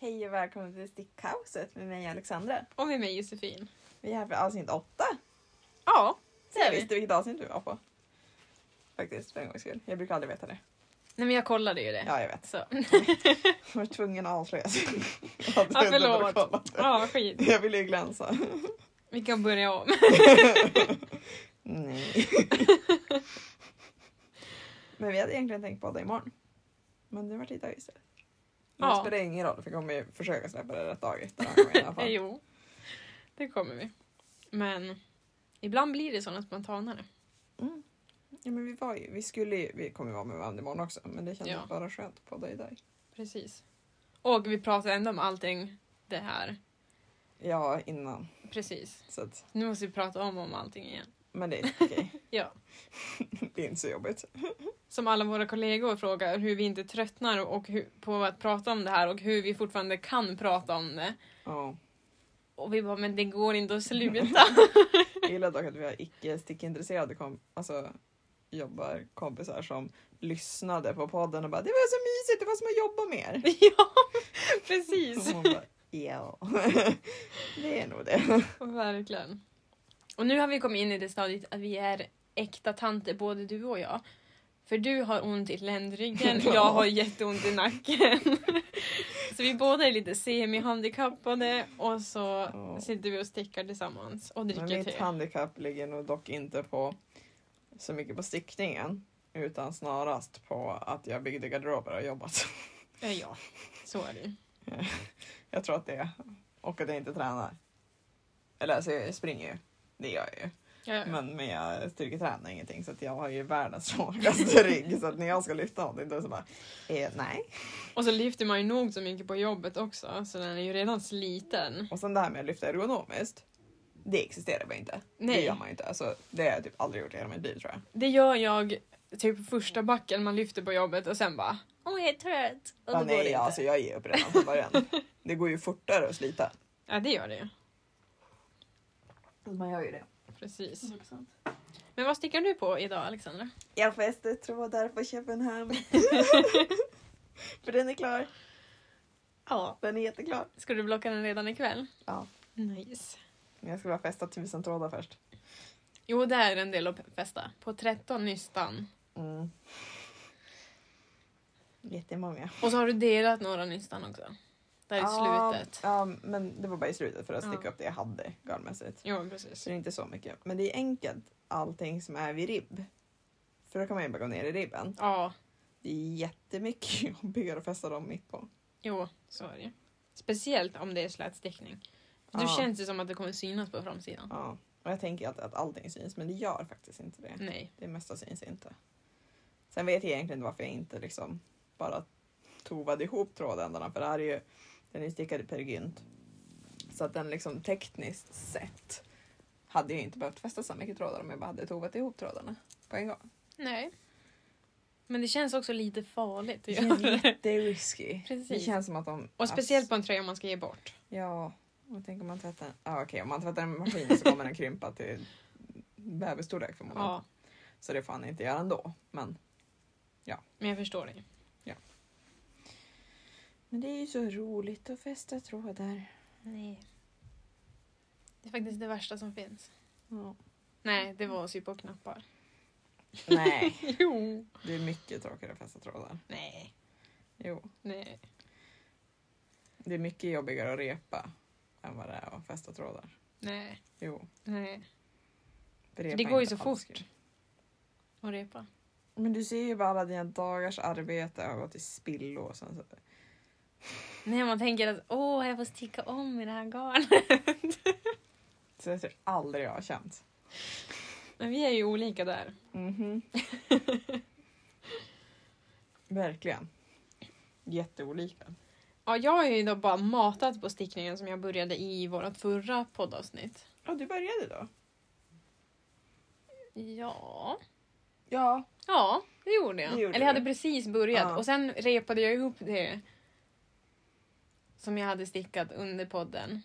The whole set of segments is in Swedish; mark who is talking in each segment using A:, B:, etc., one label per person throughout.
A: och välkommen till Stickkaoset med mig Alexandra.
B: Och med mig Josefin.
A: Vi är här för avsnitt åtta.
B: Ja, det
A: Jag
B: är vi.
A: visste vilket avsnitt vi var på. Faktiskt, för en gångs skull. Jag brukar aldrig veta det.
B: Nej men jag kollade ju det.
A: Ja, jag vet.
B: Så.
A: Jag var tvungen att avslöja sig. Jag hade
B: Ja,
A: ändå
B: förlåt.
A: kollat det.
B: Ja, vad skit.
A: Jag ville ju glänsa.
B: Vi kan börja om.
A: Nej. Men vi hade egentligen tänkt podda imorgon. Men det vart idag istället. Men
B: Ja.
A: Det spelar ingen roll för vi kommer ju försöka släppa det rätt dag efter den här gången i alla fall.
B: jo, det kommer vi. Men ibland blir det sådana spontanare.
A: Mm. Ja, men vi, var ju, vi, skulle ju, vi kommer ju vara med varandra imorgon också men det kändes
B: Ja.
A: bara skönt på dig idag.
B: Precis. Och vi pratar ändå om allting det här.
A: Ja, innan.
B: Precis.
A: Så att,
B: Nu måste vi prata om om allting igen.
A: men det är okej.
B: Ja.
A: det är inte så jobbigt.
B: Som alla våra kollegor frågar hur vi inte tröttnar och hur, på att prata om det här och hur vi fortfarande kan prata om det.
A: Ja.
B: Och vi bara, men det går inte att sluta.
A: Jag gillar dock att vi har icke stickintresserade kom, alltså, jobbar kompisar som lyssnade på podden och bara det var så mysigt, det var som att jobba med er.
B: ja, precis.
A: Och man bara, ja, det är nog det.
B: Verkligen. Och nu har vi kommit in i det stadiet att vi är äkta tanter, både du och jag. För du har ont i ländryggen,
A: Ja.
B: jag har jätteont i nacken. så vi båda är lite semi-handikappade och så
A: Ja.
B: sitter vi och stickar tillsammans och
A: Men
B: dricker
A: mitt
B: te.
A: handikapp ligger nog dock inte på så mycket på stickningen utan snarast på att jag byggde garderober och jobbat.
B: Eh, Ja, så är det ju.
A: Jag tror att det är. Och att jag inte tränar. Eller alltså jag springer ju. Det gör jag ju.
B: Ja, ja.
A: Men, men jag styrketränar ingenting så att jag har ju världens svagaste rygg. Så att när jag ska lyfta någonting då är det så bara, eh, nej.
B: Och så lyfter man ju nog så mycket på jobbet också, så den är ju redan sliten.
A: Och sen det här med att lyfta ergonomiskt. Det existerar bara inte. Det
B: Nej.
A: gör man ju inte. Alltså, det har jag typ aldrig gjort i hela mitt liv tror jag.
B: Det gör jag typ första backen man lyfter på jobbet och sen bara Åh, jag är trött.
A: Ja,
B: Och då går det
A: nej,
B: inte.
A: alltså jag ger upp redan från början. det går ju fortare att slita.
B: Ja, det gör det ju.
A: Man gör ju det.
B: Precis. Men vad stickar du på idag Alexandra?
A: Jag fäster trådar på Köpenhamn. För den är klar.
B: Ja.
A: Den är jätteklar.
B: Ska du blocka den redan ikväll?
A: Ja.
B: Nice.
A: Men jag ska bara fästa tusen trådar först.
B: Jo, det är en del att fästa. På 13 nystan.
A: Mm. Jättemånga.
B: Och så har du delat några nystan också. Där i
A: Ja,
B: slutet.
A: Ja, men det var bara i slutet för att
B: Ja.
A: sticka upp det jag hade garnmässigt.
B: Jo, precis.
A: Så det är inte så mycket. Men det är enkelt allting som är vid ribb. För då kan man ju bara gå ner i ribben.
B: Ja,
A: Det är jättemycket jobbigare att fästa dem mitt på.
B: jo, så är det ju. Speciellt om det är slätstickning. Då
A: Ja.
B: känns det som att det kommer synas på framsidan.
A: Ja. Och jag tänker alltid att allting syns men det gör faktiskt inte det.
B: Nej.
A: Det mesta syns inte. Sen vet jag egentligen inte varför jag inte liksom bara tovade ihop trådändarna för det här är ju, den är ju stickad i Peer Gynt. Så att den liksom tekniskt sett hade jag inte behövt fästa så mycket trådar om jag bara hade tovat ihop trådarna på en gång.
B: Nej. Men det känns också lite farligt
A: Det
B: att göra
A: är
B: det.
A: jätterisky.
B: Precis.
A: Det känns som att de...
B: Och speciellt på en tröja man ska ge bort.
A: Ja, och tänk om man tvättar... Ja okej, om man tvättar en maskin så kommer den krympa till bebisstorlek förmodligen.
B: Ja,
A: Så det får han inte göra ändå. Men,
B: men jag förstår dig.
A: men det är ju så roligt att fästa trådar.
B: Nej. Det är faktiskt det värsta som finns.
A: Ja.
B: Nej, det var att sy på knappar.
A: Nej,
B: Jo.
A: det är mycket tråkigare att fästa trådar.
B: Nej.
A: Jo,
B: Nej.
A: det är mycket jobbigare att repa än vad det är att fästa trådar.
B: Nej.
A: Jo,
B: Nej.
A: för repa
B: Det
A: är
B: går ju
A: inte
B: så
A: alls
B: fort.
A: kul.
B: Och repa.
A: Men du ser ju bara alla dina dagars arbete har gått i spillo. Och sen så...
B: Nej, man tänker att åh, jag får sticka om i det här garnet.
A: så det tror jag aldrig jag har känt.
B: Men vi är ju olika där.
A: Mhm. Verkligen. Jätteolika.
B: Ja, jag har ju idag bara matat på stickningen som jag började i vårt förra poddavsnitt.
A: Ja, du började då?
B: Ja.
A: Ja.
B: Ja, det gjorde jag.
A: Det gjorde
B: Eller jag hade
A: du.
B: precis börjat.
A: Ja.
B: Och sen repade jag ihop det som jag hade stickat under podden.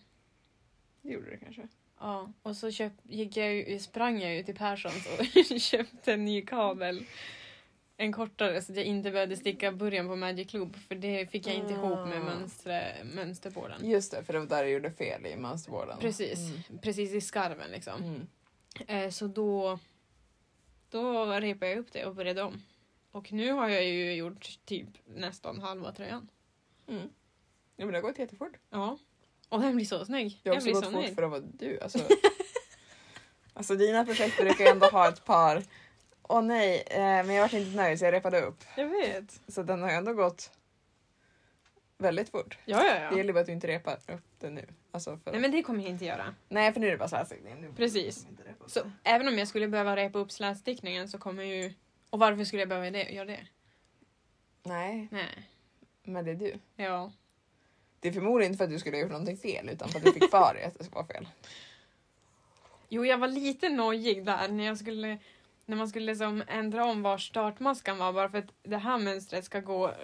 A: Det gjorde du kanske.
B: Ja, och så köp, gick jag, ju- sprang jag ju till Perssons och köpte en ny kabel. en kortare så att jag inte behövde sticka början på Magic Loop för det fick jag inte ihop med
A: Mm.
B: mönstre, mönsterborden.
A: Just det, för det var där jag gjorde fel i mönsterborden.
B: Precis,
A: Mm.
B: precis i skarven liksom.
A: Mm.
B: Eh, så då, då repade jag upp det och började om. Och nu har jag ju gjort typ nästan halva tröjan.
A: Mm. Ja, men det har gått jättefort.
B: Ja. Och den blir så snygg.
A: Det har
B: Jag
A: också
B: blir
A: gått
B: så
A: fort
B: nöjd.
A: för att vara du. Alltså, alltså dina projekt brukar ju ändå ha ett par. Åh nej, eh, men jag var inte nöjd så jag repade upp.
B: Jag vet.
A: Så den har ju ändå gått väldigt fort.
B: Ja, ja,
A: Det
B: ja.
A: gäller bara att du inte repar upp den nu. Alltså för...
B: Nej men det kommer jag inte göra.
A: nej, för nu är det bara så här. så- nej, nu-
B: Precis.
A: Inte repa upp.
B: Så även om jag skulle behöva repa upp slätstickningen så kommer ju... Och varför skulle jag behöva det, göra det?
A: Nej,
B: Nej.
A: men det är du.
B: Ja.
A: Det är förmodligen inte för att du skulle ha gjort någonting fel utan för att du fick för dig att det var fel.
B: Jo, jag var lite nojig där när jag skulle... När man skulle liksom ändra om var startmaskan var bara för att det här mönstret ska gå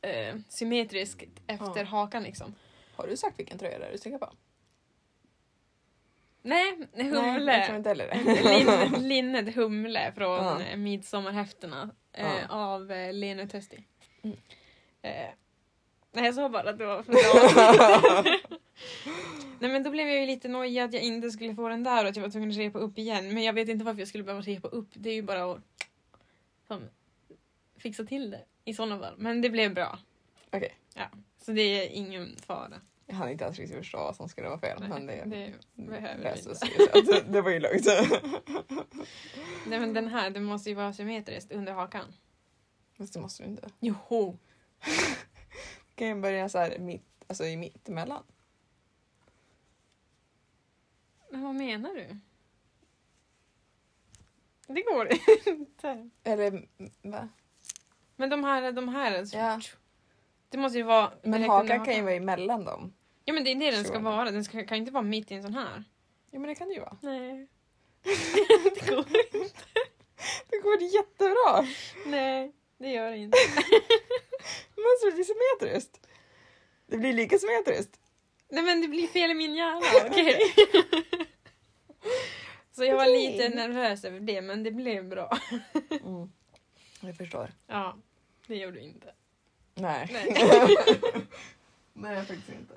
B: eh, symmetriskt efter
A: Ja.
B: hakan liksom.
A: Har du sagt vilken tröja det är du stickar på?
B: Nej,
A: Nej, jag tror
B: humle.
A: inte heller det.
B: Lin, linnet humle från
A: Ja.
B: ja. Midsommarhäftena eh,
A: Ja.
B: av eh, Lene Tösti.
A: Mm.
B: Eh, nej, jag sa bara att det var för bra. Nej men då blev jag ju lite nojig att jag inte skulle få den där och att jag var tvungen att repa upp igen. Men jag vet inte varför jag skulle behöva repa upp. Det är ju bara att som, fixa till det i sådana fall. Men det blev bra.
A: Okej.
B: Ja, så det är ingen fara.
A: Jag hann inte ens riktigt förstå vad som skulle vara fel. men det,
B: det behöver
A: löste
B: vi
A: sig. Alltså, Så att Det var ju lugnt.
B: Nej men den här, den måste ju vara symmetrisk under hakan.
A: Fast det måste du inte.
B: Joho!
A: kan ju börja så här mitt, alltså i mitt emellan.
B: Men vad menar du? Det går inte.
A: Eller m- va?
B: Men de här, de här. alltså,
A: Ja.
B: Det måste ju vara...
A: Men
B: direkt under
A: hakan kan ju vara emellan dem.
B: Ja men det är det den ska
A: Sure.
B: vara. Den ska, kan ju inte vara mitt i en sån här.
A: Ja men det kan det ju vara.
B: Nej. det går
A: Det går jättebra!
B: Nej, det gör det inte.
A: Mönstret blir symmetriskt. Det blir lika symmetriskt.
B: Nej men det blir fel i min hjärna, okej. Så jag var
A: Okej.
B: lite nervös över det, men det blev bra.
A: Mm. Jag förstår.
B: Ja, det gjorde du inte.
A: Nej.
B: Nej.
A: Nej, faktiskt inte.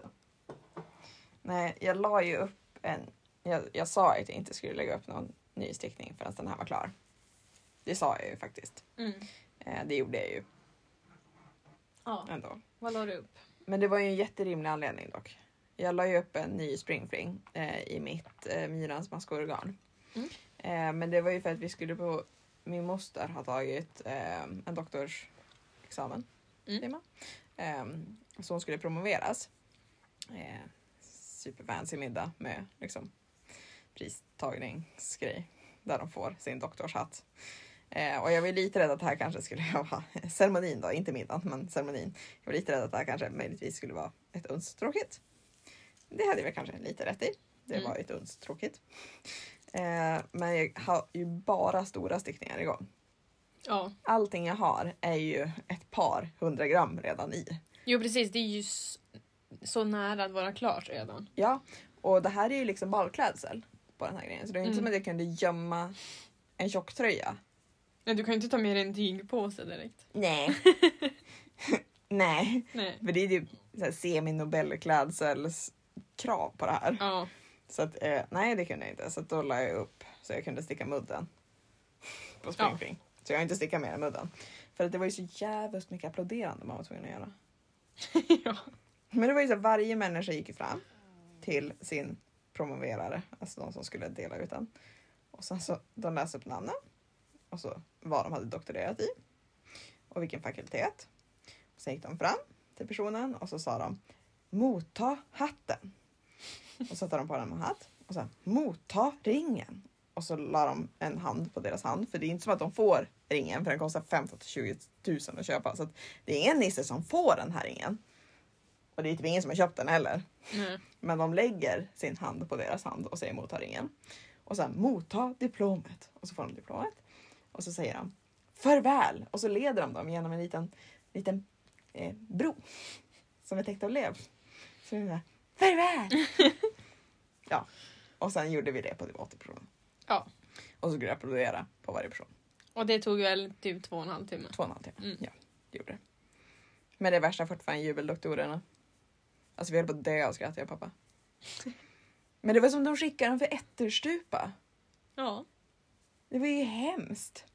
A: Nej, jag la ju upp en... Jag, jag sa att jag inte skulle lägga upp någon ny stickning förrän den här var klar. Det sa jag ju faktiskt.
B: Mm.
A: Eh, det gjorde jag ju
B: Ja,
A: ändå.
B: vad la du upp?
A: Men det var ju en jätterimlig anledning dock. Jag la ju upp en ny springfling eh, i mitt eh, Myrans maskorgan.
B: Mm.
A: Eh, men det var ju för att vi skulle på... Min moster har tagit eh, en doktorsexamen.
B: Mm.
A: säger man. Ehm, så hon skulle promoveras. Eh, superfancy middag med liksom, pristagningsgrej där de får sin doktorshatt. Eh, och jag var ju lite rädd att det här kanske skulle vara ceremonin då, inte middagen men ceremonin. Jag var lite rädd att det här kanske möjligtvis skulle vara ett uns tråkigt. Det hade jag väl kanske lite rätt i. Det
B: Mm.
A: var ett uns tråkigt. Eh, men jag har ju bara stora stickningar igång
B: Ja.
A: allting jag har är ju ett par hundra gram redan i.
B: Jo precis, det är ju s- så nära att vara klart redan.
A: Ja, och det här är ju liksom ballklädsel på den här grejen. Så det är inte
B: Mm.
A: som att jag kunde gömma en tjocktröja.
B: Nej, du kan ju inte ta med dig en tygpåse direkt.
A: Nej. Nej,
B: Nej.
A: för det är ju typ så här semi-nobelklädsels krav på det här.
B: Ja.
A: Så att, eh, nej det kunde jag inte. Så att då la jag upp så jag kunde sticka mudden. På springfing. Så jag har inte stickat mer än mudden. För att det var ju så jävligt mycket applåderande man var tvungen att göra.
B: ja.
A: Men det var ju så här, varje människa gick ju fram till sin promoverare, alltså de som skulle dela ut den. Och sen så de läste upp namnen och så vad de hade doktorerat i och vilken fakultet. Och sen gick de fram till personen och så sa de motta hatten. Och satte de på den med hatt och sen motta ringen. Och så la de en hand på deras hand för det är inte som att de får ringen för den kostar 15 till 20 000 att köpa. Så att det är ingen nisse som får den här ringen. Och det är typ ingen som har köpt den heller.
B: Nej.
A: Men de lägger sin hand på deras hand och säger motta ringen. Och sen motta diplomet. Och så får de diplomet. Och så säger de farväl. Och så leder de dem genom en liten, liten eh, bro. Som är täckt av lev. Så det är det där, farväl! ja. Och sen gjorde vi det på de 80 personer.
B: Ja.
A: Och så skulle jag applådera på varje person.
B: Och det tog väl typ två och en halv timme.
A: Två och en halv timme
B: Mm.
A: det gjorde det. Men det värsta är fortfarande jubeldoktorerna. Alltså vi höll på att dö av skratt jag och pappa. Men det var som de skickade dem för ätterstupa.
B: Ja.
A: Det var ju hemskt.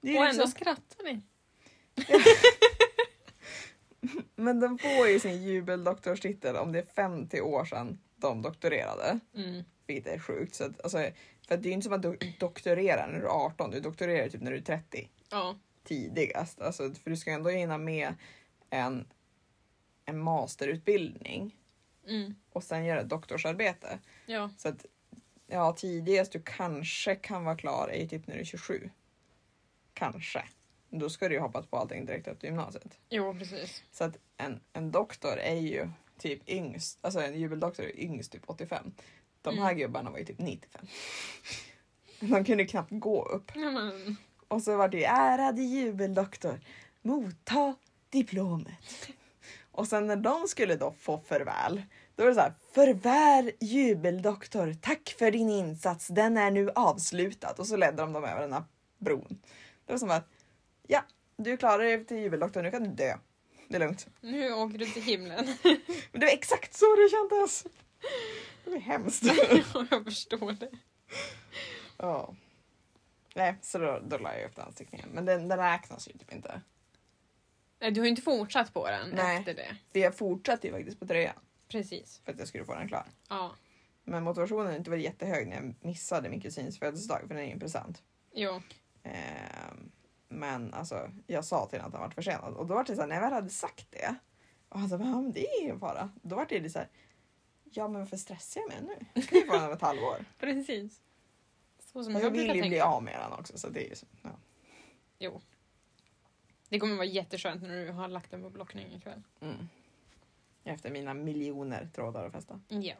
A: Det är ju
B: Och
A: liksom-
B: ändå skrattar ni.
A: Men de får ju sin jubeldoktorstitel om det är 50 år sedan de doktorerade.
B: Mm.
A: Vilket är sjukt. Så att, alltså, för att det är ju inte som att du doktorerar när du är 18, du doktorerar typ när du är 30
B: Ja.
A: tidigast. Alltså, för du ska ju ändå hinna med en, en masterutbildning
B: Mm.
A: och sen göra ett doktorsarbete.
B: Ja.
A: Så att ja, tidigast du kanske kan vara klar är ju typ när du är 27. Kanske. Då ska du ju hoppat på allting direkt efter gymnasiet.
B: Jo, precis.
A: Så att en, en doktor är ju typ yngst, alltså en jubeldoktor är yngst typ 85. De här
B: Mm.
A: gubbarna var ju typ 95. De kunde ju knappt gå upp.
B: Ja, men,
A: Och så var det ju ärade jubeldoktor, motta diplomet. Och sen när de skulle då få förväl, då var det så här, förvär jubeldoktor, tack för din insats, den är nu avslutad. Och så ledde de dem över den här bron. Det var som att, ja, du klarar dig till jubeldoktor, nu kan du dö. Det är lugnt.
B: nu åker du till himlen.
A: Men det var exakt så det kändes. Det var hemskt.
B: Jag förstår det.
A: ja. Nej, så då, då la jag upp den anteckningen. Men den, den räknas ju typ inte.
B: Nej, du har ju inte fortsatt på den
A: Nej.
B: efter det.
A: För jag fortsatte ju faktiskt på tröjan
B: Precis.
A: för att jag skulle få den klar.
B: Ja.
A: Men motivationen har inte varit jättehög när jag missade min kusins födelsedag för den är ju en present.
B: Jo.
A: Ehm, men alltså, jag sa till honom att han var försenad och då var det så här, när jag väl hade sagt det och han sa ja men det är ingen fara. Då var det lite så här, ja men varför stressar jag mig nu? Jag ska ju få den om ett halvår.
B: Precis. Så som
A: Men jag vill
B: Mm. jag brukar
A: ju bli
B: tänka.
A: av med den också så det är ju så. Ja.
B: Det kommer vara jätteskönt när du har lagt den på blockning ikväll.
A: Mm. Efter mina miljoner trådar att fästa.
B: Ja.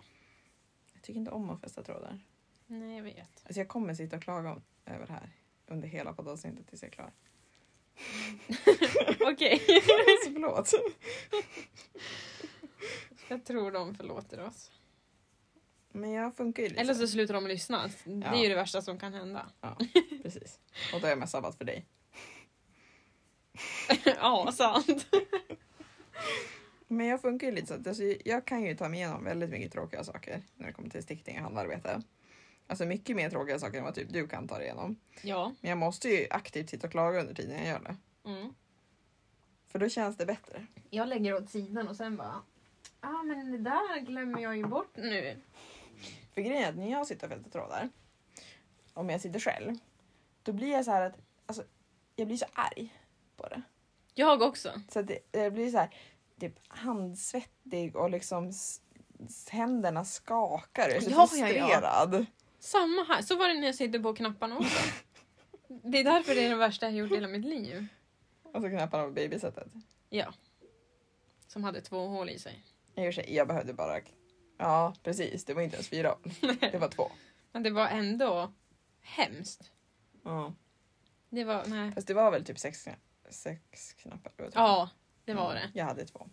A: Jag tycker inte om att fästa trådar.
B: Nej, jag vet.
A: Alltså jag kommer sitta och klaga om, över det här under hela poddavsnittet tills jag är klar.
B: Okej.
A: alltså, förlåt.
B: Jag tror de förlåter oss.
A: Men jag funkar ju lite.
B: Eller
A: så.
B: så slutar de lyssna. Det är ju det värsta som kan hända.
A: Precis. Och då är jag mest sabbat för dig.
B: ja, sant.
A: Men jag funkar ju lite så att alltså, jag kan ju ta mig igenom väldigt mycket tråkiga saker när det kommer till stickning och handarbete. Alltså mycket mer tråkiga saker än vad typ du kan ta dig igenom.
B: Ja.
A: Men jag måste ju aktivt sitta och klaga under tiden jag gör det.
B: Mm.
A: För då känns det bättre.
B: Jag lägger åt sidan och sen bara... Ja, ah, men det där glömmer jag ju bort nu.
A: För grejen är att när jag sitter och fälter trådar, om jag sitter själv, då blir jag så här att alltså, jag blir så arg på det.
B: Jag också.
A: Så att det, jag blir så här typ handsvettig och liksom s- s- händerna skakar. Jag är så
B: Ja, ja, ja.
A: frustrerad.
B: Samma här. Så var det när jag sitter på knapparna också. det är därför det är det värsta jag gjort i hela mitt liv.
A: Och så knapparna på babysättet.
B: Ja. Som hade två hål i sig.
A: I och för sig, jag behövde bara... Ja, precis. Det var inte ens fyra. Det var två.
B: Men det var ändå hemskt.
A: Ja.
B: Det var... Nej.
A: Fast det var väl typ sex, kna- sex knappar? tror jag.
B: Ja, det var det.
A: Jag hade två.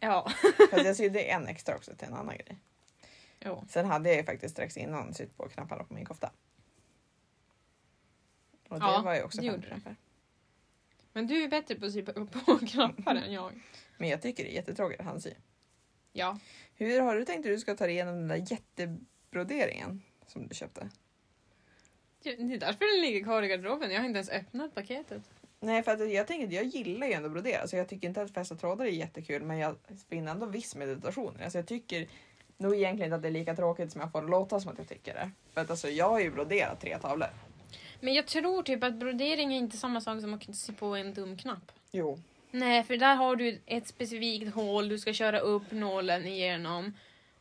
B: Ja.
A: Fast jag sydde en extra också till en annan grej.
B: Jo.
A: Sen hade jag ju faktiskt strax innan sytt på knapparna på min kofta. Och det
B: Ja,
A: var ju också
B: det
A: fem
B: gjorde du.
A: knappar.
B: Men du är bättre på att sy på- på knappar än jag.
A: Men jag tycker det är jättetråkigt att handsy.
B: Ja.
A: Hur har du tänkt att du ska ta dig igenom den där jättebroderingen som du köpte?
B: Det är därför den ligger kvar i garderoben. Jag har inte ens öppnat paketet.
A: Nej, för att jag tänker att jag gillar ju ändå att brodera så jag tycker inte att fästa trådar är jättekul men jag finner ändå viss meditation i det. Alltså jag tycker nog egentligen inte att det är lika tråkigt som jag får låta som att jag tycker det. För att alltså jag har ju broderat tre tavlor.
B: Men jag tror typ att brodering är inte samma sak som att sy på en dum knapp.
A: Jo.
B: Nej, för där har du ett specifikt hål du ska köra upp nålen igenom.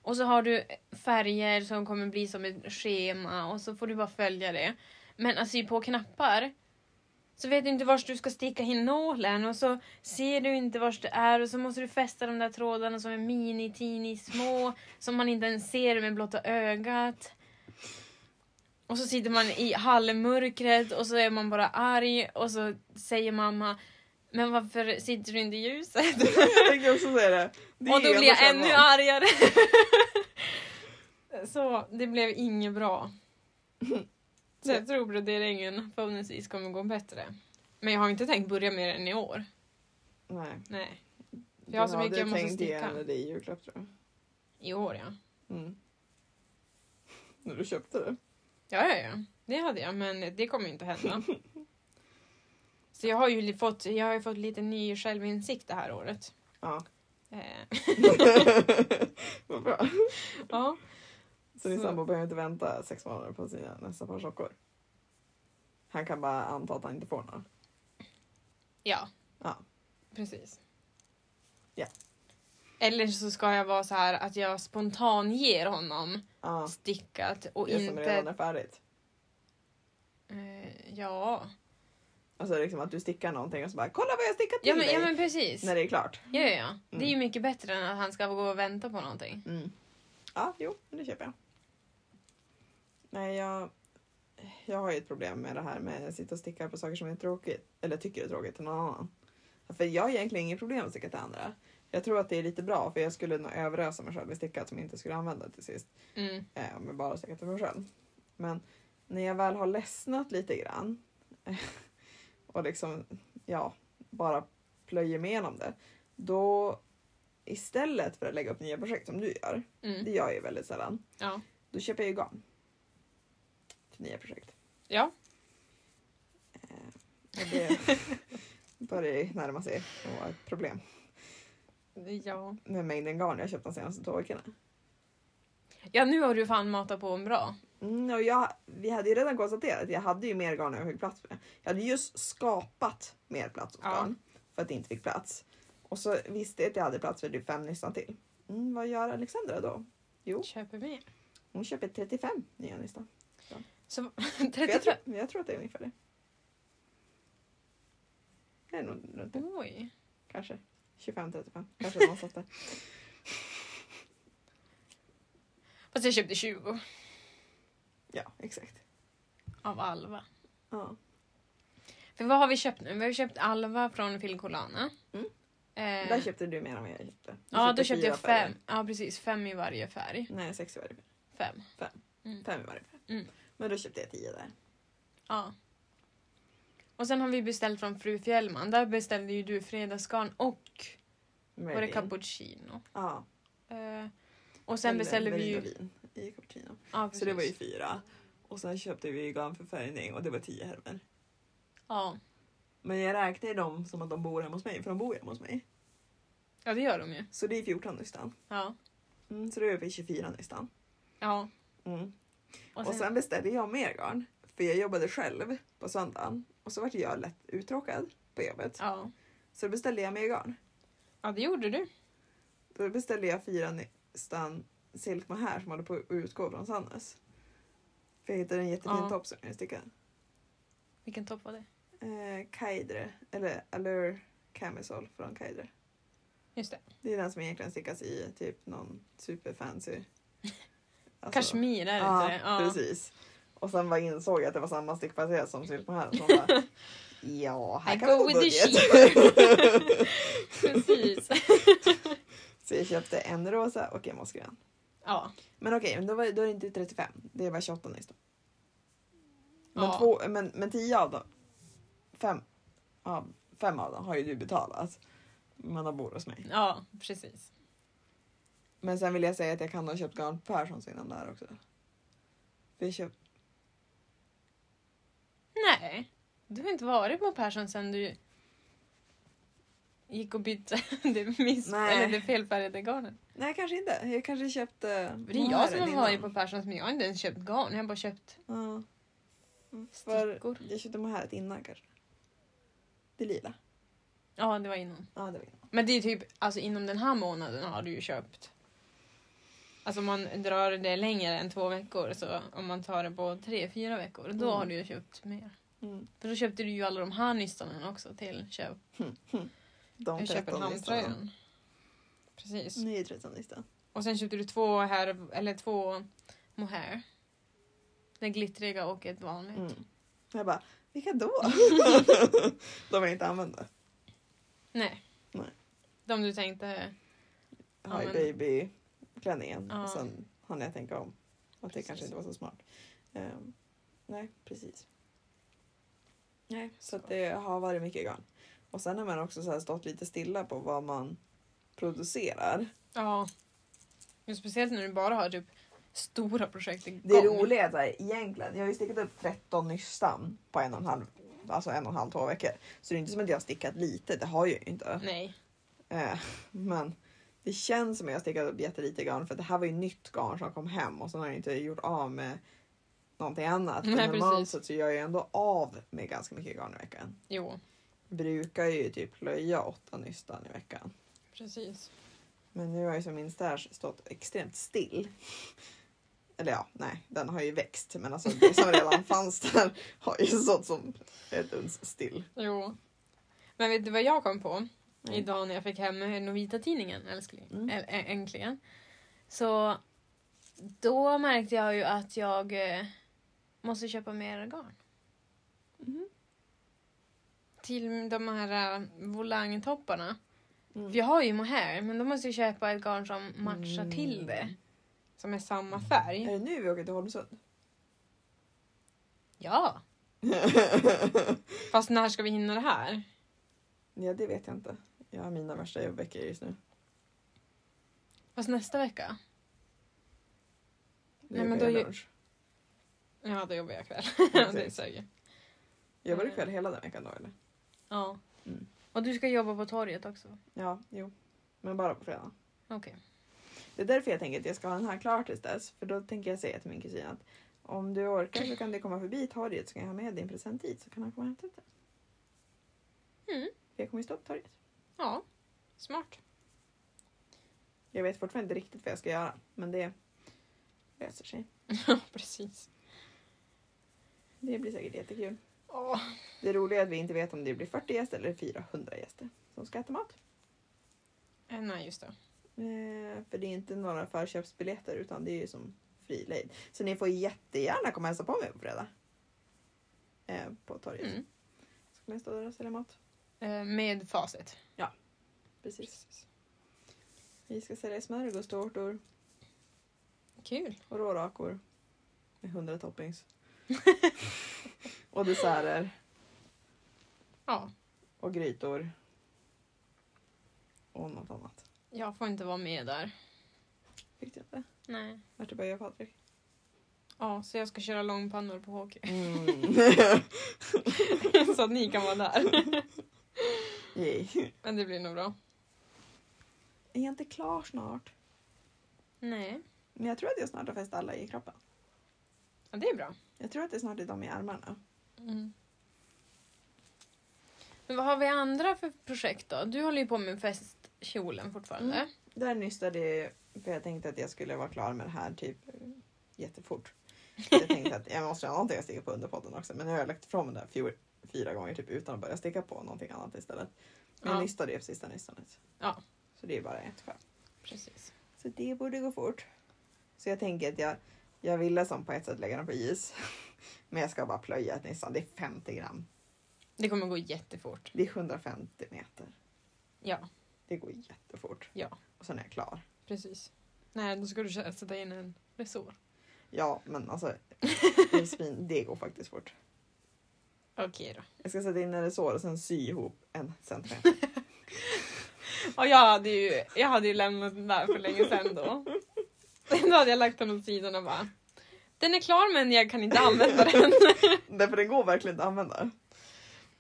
B: Och så har du färger som kommer bli som ett schema och så får du bara följa det. Men att sy på knappar så vet du inte vart du ska sticka in nålen och så ser du inte vart det är och så måste du fästa de där trådarna som är mini, tini, små som man inte ens ser med blotta ögat. Och så sitter man i halvmörkret och så är man bara arg och så säger mamma Men varför sitter du inte i ljuset?
A: Jag tänkte också säga det. det är
B: och då
A: ju
B: blir jag
A: ändå
B: ännu
A: så här-
B: argare. så det blev inget bra. Så jag tror broderingen förhoppningsvis kommer gå bättre. Men jag har inte tänkt börja med den i år.
A: Nej.
B: Nej. Jag har
A: Du
B: så mycket
A: hade
B: jag måste
A: tänkt ge
B: sticka.
A: henne det i julklapp tror jag.
B: I år ja.
A: Mm. När du köpte det.
B: Ja, ja, ja. Det hade jag, men det kommer ju inte hända. Så jag har ju li- fått, jag har ju fått lite ny självinsikt det här året.
A: Ja.
B: Eh,
A: Vad bra.
B: ja.
A: Så din
B: Så-
A: sambo behöver inte vänta sex månader på sina nästa par sockor. Han kan bara anta att han inte får några.
B: ja.
A: Ja.
B: Precis.
A: Ja.
B: Eller så ska jag vara så här att jag spontan ger honom
A: Ja,
B: stickat och
A: det som redan
B: inte...
A: är färdigt.
B: Eh, ja.
A: Alltså liksom att du stickar någonting och så bara kolla vad jag stickat till
B: Ja men,
A: dig
B: ja, men precis.
A: när Mm. det är klart.
B: Ja, ja, ja. Det är ju mycket bättre än att han ska gå och vänta på någonting.
A: Mm. Ja, jo, men det köper jag. Nej, jag, jag har ju ett problem med det här med att sitta och sticka på saker som är tråkigt, eller tycker är tråkigt till någon annan. För jag har egentligen inget problem med att sticka till andra. Jag tror att det är lite bra för jag skulle nog överösa mig själv med stickat som jag inte skulle använda till sist.
B: Mm.
A: Eh, om jag bara stickat till mig själv. Men när jag väl har ledsnat lite grann eh, och liksom, ja, bara plöjer mig igenom det. Då istället för att lägga upp nya projekt som du gör det
B: Mm.
A: gör jag ju väldigt sällan.
B: Ja.
A: Då köper jag ju garn. Till nya projekt.
B: Ja.
A: Och det börjar ju närma sig att vara ett problem
B: Ja.
A: med mängden garn jag köpt de senaste två veckorna.
B: Ja, nu har du fan matat på en bra.
A: Mm, och jag, vi hade ju redan konstaterat att jag hade ju mer garn än jag fick plats med. Jag hade just skapat mer plats åt
B: Ja.
A: garn för att det inte fick plats. Och så visste jag att jag hade plats för typ fem nystan till. Mm, vad gör Alexandra då? Jo,
B: Köper mer.
A: hon köper 35 nya nystan.
B: Så,
A: För Jag,
B: 35.
A: tror- jag tror att det är ungefär det. Det är nog runt det.
B: Oj.
A: Kanske. 25-35. Kanske någonstans där.
B: Fast jag köpte 20
A: Ja, exakt.
B: av Alva.
A: Ja.
B: För vad har vi köpt nu? Vi har köpt Alva från Filcolana.
A: Mm.
B: Eh,
A: Där köpte du mer än vad jag köpte. Du
B: ja, då köpte
A: fyra
B: jag
A: färger.
B: fem. Ja, precis. Fem i varje färg.
A: Nej, sex i varje färg.
B: Fem.
A: Fem i varje färg.
B: Mm.
A: Men då köpte jag tio där.
B: Ja. Och sen har vi beställt från Fru Fjällman. Där beställde ju du fredagsgarn och var det
A: Merlin.
B: cappuccino.
A: Ja.
B: Eh, och sen
A: eller
B: beställde vi ju...
A: Merlin och vin i cappuccino.
B: Ja,
A: Så det var ju
B: precis.
A: fyra. Och sen köpte vi ju garn för färgning och det var tio härvor.
B: Ja.
A: Men jag räknar ju dem som att de bor hemma hos mig, för de bor ju hemma hos mig.
B: ja, det gör de ju.
A: Så det är 14 nystan.
B: Ja.
A: Mm, så då är vi 24 nystan.
B: ja.
A: Mm. Och sen beställde jag mer garn. För jag jobbade själv på söndagen. Och så vart jag lätt uttråkad på jobbet.
B: Ja.
A: Så då beställde jag mer garn.
B: ja, det gjorde du.
A: Då beställde jag fyra nystan silk mohair som håller på att utgå från Sannes. För jag hittade en jättefin
B: Ja.
A: topp som jag stickade.
B: Vilken topp var det?
A: Eh, Kaidre, eller Allure Camisole från Kaidre.
B: Just det.
A: Det är den som egentligen stickas i typ någon superfancy. Alltså-
B: Kashmir är det
A: ja,
B: inte det? Ja,
A: precis. Och sen bara insåg jag att det var samma stickpaket som sylt på här. Så hon bara, ja, här
B: I
A: kan
B: go
A: man få
B: with the
A: budget.
B: sheep. precis.
A: Så jag köpte en rosa och en mossgrön.
B: Ja.
A: Men okej, men då, var, då är det inte 35. Det var 28 nyss. Men,
B: Ja.
A: två, men, men 10 av dem, fem, ja, fem av dem har ju du betalat. Men de bor hos mig.
B: ja, precis.
A: Men sen vill jag säga att jag kan ha köpt garn på Perssons innan där också. För jag köpt,
B: Nej, du har inte varit på Persson sen du gick och bytte det, miss,
A: Nej.
B: eller det felfärgade garnet.
A: nej, kanske inte. Jag kanske köpte
B: Det är jag som har varit på Perssons men jag har inte ens köpt garn. Jag har bara köpt
A: Ja. För
B: Mm, stickor.
A: jag köpte mohairet innan kanske. Det lila.
B: Ja, det var innan.
A: Ja, det var innan.
B: Men det är typ, alltså inom den här månaden har du ju köpt. Alltså om man drar det längre än två veckor, så om man tar det på tre, fyra veckor, då
A: Mm.
B: har du ju köpt mer.
A: Mm.
B: För då köpte du ju alla de här nystanen också till köp.
A: Hm, De 13 listan.
B: Köpenhamnströjan. Precis.
A: Nu är det 13 listan.
B: Och sen köpte du två här, eller två mohair. Den glittriga och ett vanligt.
A: Mm. Jag bara, vilka då? de jag inte använde.
B: Nej.
A: Nej.
B: De du tänkte,
A: High
B: men-
A: baby-klänningen.
B: Ja.
A: Och sen hann jag tänka om. Att det
B: Precis.
A: kanske inte var så smart. Ehm, Nej, precis.
B: Nej,
A: Så att det har varit mycket garn. Och sen har man också så här stått lite stilla på vad man producerar.
B: Ja. Men speciellt när du bara har typ stora projekt igång.
A: Det är roliga är att så här, egentligen, jag har ju stickat upp 13 nystan på en och en halv, alltså en och en halv, två veckor. Så det är inte som att jag har stickat lite, det har jag ju inte.
B: Nej.
A: Eh, men det känns som att jag har stickat upp jättelite garn för det här var ju nytt garn som kom hem och sen har jag inte gjort av med någonting annat.
B: Nej,
A: Men normalt
B: precis.
A: sett så gör jag ju ändå av med ganska mycket garn i veckan.
B: Jo,
A: Brukar ju typ plöja åtta nystan i veckan.
B: precis.
A: Men nu har ju som min stash stått extremt still. Eller ja, nej, den har ju växt men alltså det som redan fanns där har ju stått som ett uns still.
B: Jo. Men vet du vad jag kom på?
A: Nej.
B: Idag när jag fick hem Novita-tidningen, älskling.
A: Mm.
B: Äl- ä- äntligen. Så då märkte jag ju att jag eh, måste köpa mer garn.
A: Mhm.
B: Till de här eh, volangtopparna.
A: Mm.
B: För jag har ju mohair, men då måste jag köpa ett garn som matchar
A: Mm.
B: till det. Som är samma färg.
A: Är det nu vi åker till Holmsund?
B: Ja! Fast när ska vi hinna det här?
A: Ja, det vet jag inte. Jag har mina värsta jobbveckor just nu.
B: Fast nästa vecka?
A: Nu
B: Nej, men
A: jobbar
B: då
A: jag
B: ju-
A: lunch.
B: Ja, då jobbar jag kväll.
A: Exakt.
B: det suger.
A: Jobbar du kväll hela den veckan då eller?
B: Ja.
A: Mm.
B: Och du ska jobba på torget också?
A: Ja, jo. Men bara på fredag.
B: Okej.
A: Det är därför jag tänker att jag ska ha den här klar tills dess. För då tänker jag säga till min kusin att om du orkar så kan du komma förbi torget så kan jag ha med din present dit så kan han komma och hämta ut den.
B: Mm.
A: Jag kommer ju stå på torget.
B: Ja. Smart.
A: Jag vet fortfarande inte riktigt vad jag ska göra men det löser sig.
B: Ja, precis.
A: Det blir säkert jättekul.
B: Åh.
A: Det roliga är att vi inte vet om det blir 40 gäster eller 400 gäster som ska äta mat.
B: Eh, Nej, just det.
A: Eh, för det är inte några förköpsbiljetter utan det är ju som frilejd. Så ni får jättegärna komma och hälsa på mig på fredag. Eh, på torget.
B: Mm.
A: Så kommer jag stå där och sälja mat.
B: Eh, Med facit.
A: Precis. Vi ska sälja smörgåstårtor
B: Kul.
A: och rårakor. Med 100 toppings. och desserter
B: Ja.
A: och grytor. Och något annat.
B: Jag får inte vara med där.
A: Fick du inte?
B: Nej.
A: Vart du bara jag Patrik.
B: Ja, så jag ska köra långpannor på hockey.
A: Mm.
B: så att ni kan vara där.
A: Yay.
B: Men det blir nog bra.
A: Är jag inte klar snart?
B: Nej.
A: Men jag tror att jag snart har fäst alla i kroppen.
B: Ja, det är bra.
A: Jag tror att det snart är de i armarna.
B: Mm. Men vad har vi andra för projekt då? Du håller ju på med festkjolen fortfarande.
A: Mm. Där nystade jag, för jag tänkte att jag skulle vara klar med det här typ jättefort. Jag tänkte att jag måste ha någonting att sticka på under podden också. Men nu har jag lagt ifrån mig det här fjol, fyra gånger typ utan att börja sticka på någonting annat istället. Men
B: Ja.
A: jag nystade ju på sista nystanet.
B: Ja.
A: Så det är bara ett skämt.
B: Precis.
A: Så det borde gå fort. Så jag tänker att jag, jag ville som på ett sätt lägga dem på is. Men jag ska bara plöja ett nystan. Det är 50 gram.
B: Det kommer gå jättefort.
A: Det är 150 meter.
B: Ja,
A: Det går jättefort.
B: Ja.
A: Och sen är jag klar.
B: precis. Nej, då ska du kö- sätta in en resår.
A: Ja, men alltså Josefin, det går faktiskt fort.
B: Okej då.
A: Jag ska sätta in en resår och sen sy ihop en centimeter.
B: Och jag hade ju, jag hade ju lämnat den där för länge sedan då. Då hade jag lagt den åt sidan och bara Den är klar men jag kan inte använda den.
A: Därför den går verkligen inte att använda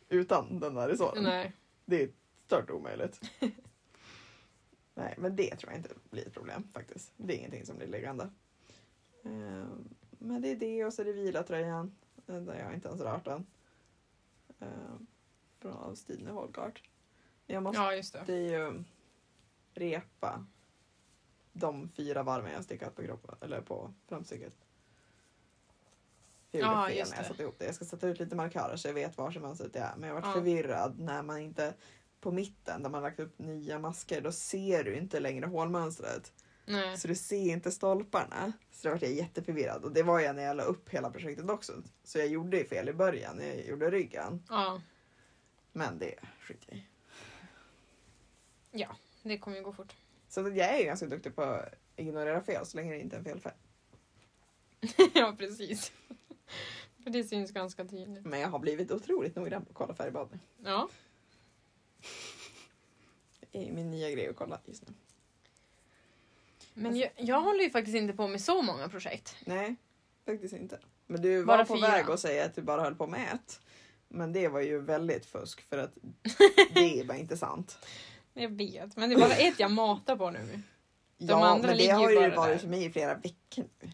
A: utan den där resåren.
B: Nej.
A: Det är stört omöjligt. Nej, men det tror jag inte blir ett problem faktiskt. Det är ingenting som blir liggande. Ehm, Men det är det och så är det vilatröjan. Eh, Där jag har inte ens rört den. Ehm, Från av Stine Holgart. Jag måste
B: Ja, just det.
A: Det är ju repa de fyra varven jag stickat på kroppen eller på framstycket. Jag gjorde
B: Ja,
A: fel
B: just
A: när jag
B: det.
A: satte ihop det. Jag ska sätta ut lite markörer så jag vet var som mönstret är. Men jag varit
B: Ja.
A: förvirrad när man inte på mitten där man lagt upp nya masker då ser du inte längre hålmönstret.
B: Nej.
A: Så du ser inte stolparna. Så då vart jag jätteförvirrad och det var jag när jag la upp hela projektet också. Så jag gjorde ju fel i början när jag gjorde ryggen.
B: Ja,
A: Men det skiter jag i.
B: det kommer ju gå fort.
A: Så att jag är ju ganska duktig på att ignorera fel så länge det inte är en fel färg.
B: ja, precis. För det syns ganska tydligt.
A: Men jag har blivit otroligt noggrann på att kolla färgbad.
B: Ja.
A: Det är ju min nya grej att kolla just nu.
B: Men jag, jag håller ju faktiskt inte på med så många projekt.
A: Nej, faktiskt inte. Men du var
B: Bara
A: på
B: fyra.
A: väg att säga att du bara höll på med ett. Men det var ju väldigt fusk för att det är bara inte sant.
B: Jag vet, men det är bara ett jag matar på nu. De
A: ja,
B: andra
A: men det
B: ligger ju
A: har ju
B: bara där.
A: varit för mig i flera veckor nu.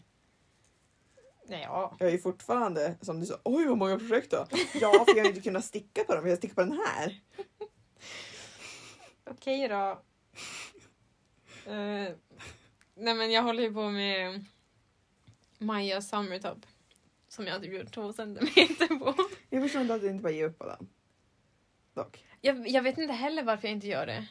B: Nej, ja.
A: Jag är ju fortfarande som du sa, oj vad många projekt då. Ja, för jag har inte kunnat sticka på dem, jag stickar på den här.
B: Okej då. Eh, nej men jag håller ju på med Maja Summertop. Som jag typ gjort två centimeter på.
A: Jag förstår inte att du inte bara ger upp på den. Dock.
B: Jag, jag vet inte heller varför jag inte gör det.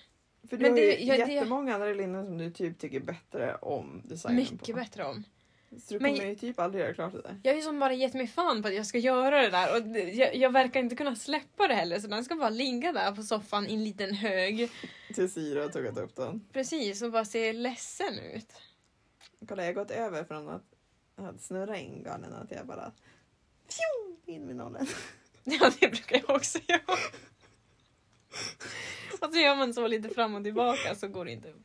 A: För du
B: Men
A: har
B: det-
A: ju
B: jag- det-
A: jättemånga andra linnen som du typ tycker bättre om designen
B: Mycket
A: på.
B: bättre om.
A: Så du
B: Men-
A: kommer ju typ aldrig göra klart det där.
B: Jag har ju som bara gett mig fan på att jag ska göra det där och det- jag, jag verkar inte kunna släppa det heller så den ska bara ligga där på soffan i en liten hög.
A: Tills Sira har tagit upp den.
B: Precis och bara se ledsen ut.
A: Kolla, jag har gått över från att jag hade snurra in garnen att jag bara fjong, in med nollen.
B: Ja det brukar jag också göra. Och så gör man så lite fram och tillbaka så går det inte upp.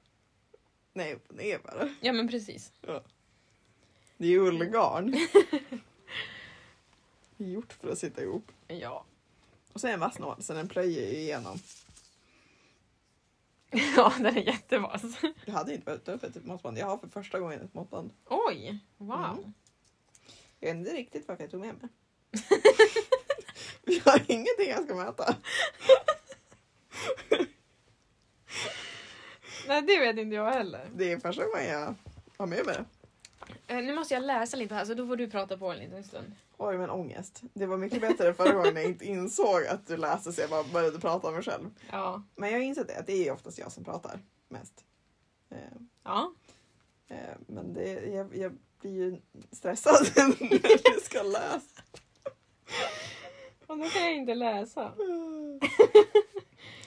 A: Nej, upp och ner bara.
B: Ja men precis.
A: Det är ju ullgarn. Det är gjort för att sitta ihop.
B: Ja.
A: Och så är den vass nål, så den plöjer ju igenom.
B: Ja, den är jättevass.
A: Jag hade inte behövt ta upp ett typ måttband. Jag har för första gången ett måttband.
B: Oj! Wow.
A: Mm. Jag vet inte riktigt varför jag tog med mig. jag har ingenting jag ska mäta.
B: Nej, det vet inte jag heller.
A: Det är första gången jag har med mig det.
B: Eh, nu måste jag läsa lite här, så då får du prata på en liten stund.
A: Oj, men ångest. Det var mycket bättre förra gången när jag inte insåg att du läste så jag bara började prata om mig själv.
B: Ja.
A: Men jag har insett det, att det är oftast jag som pratar mest. Eh,
B: Ja.
A: eh, men det, jag, jag blir ju stressad när vi ska läsa.
B: Och då kan jag inte läsa.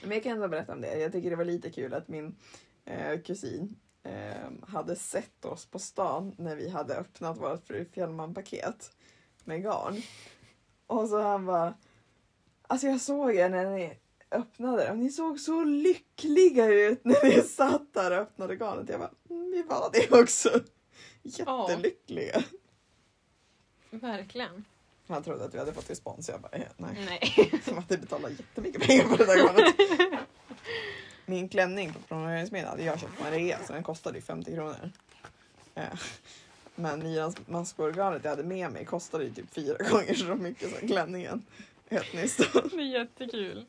A: men jag kan ändå berätta om det. Jag tycker det var lite kul att min eh, kusin eh, hade sett oss på stan när vi hade öppnat vårt Fru Fjällman-paket med garn. Och så han bara, alltså jag såg er när ni öppnade det och ni såg så lyckliga ut när ni satt där och öppnade garnet. Jag bara, "Mm, vi var det också. Jättelyckliga.
B: Verkligen.
A: Han trodde att vi hade fått respons. Jag bara, "Eh, nej.
B: Nej.
A: Som att det betalar jättemycket pengar för det där garnet. Min klänning på promenaderingsmiddagen hade jag köpt på en rea så den kostade ju 50 kronor. Eh, Men Mirans maskorgarnet jag hade med mig kostade ju typ fyra gånger så mycket som klänningen. Helt nyss. då.
B: Det är jättekul.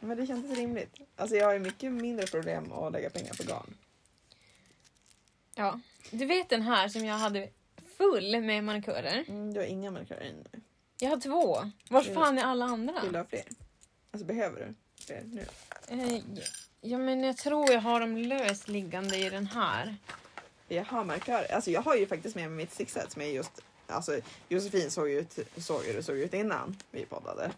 A: Men det kändes rimligt. Alltså jag har ju mycket mindre problem att lägga pengar på garn.
B: Ja. Du vet den här som jag hade full med markörer?
A: Mm, du har inga markörer än nu.
B: Jag har två. Var
A: Mm.
B: fan är alla andra?
A: Vill du ha fler? Alltså behöver du fler nu?
B: Eh, ja, men jag tror jag har dem löst liggande i den här.
A: Jag har markörer. Alltså jag har ju faktiskt med mig mitt stickset som är just... Alltså Josefin såg ju ut, såg hur det såg ut innan vi poddade.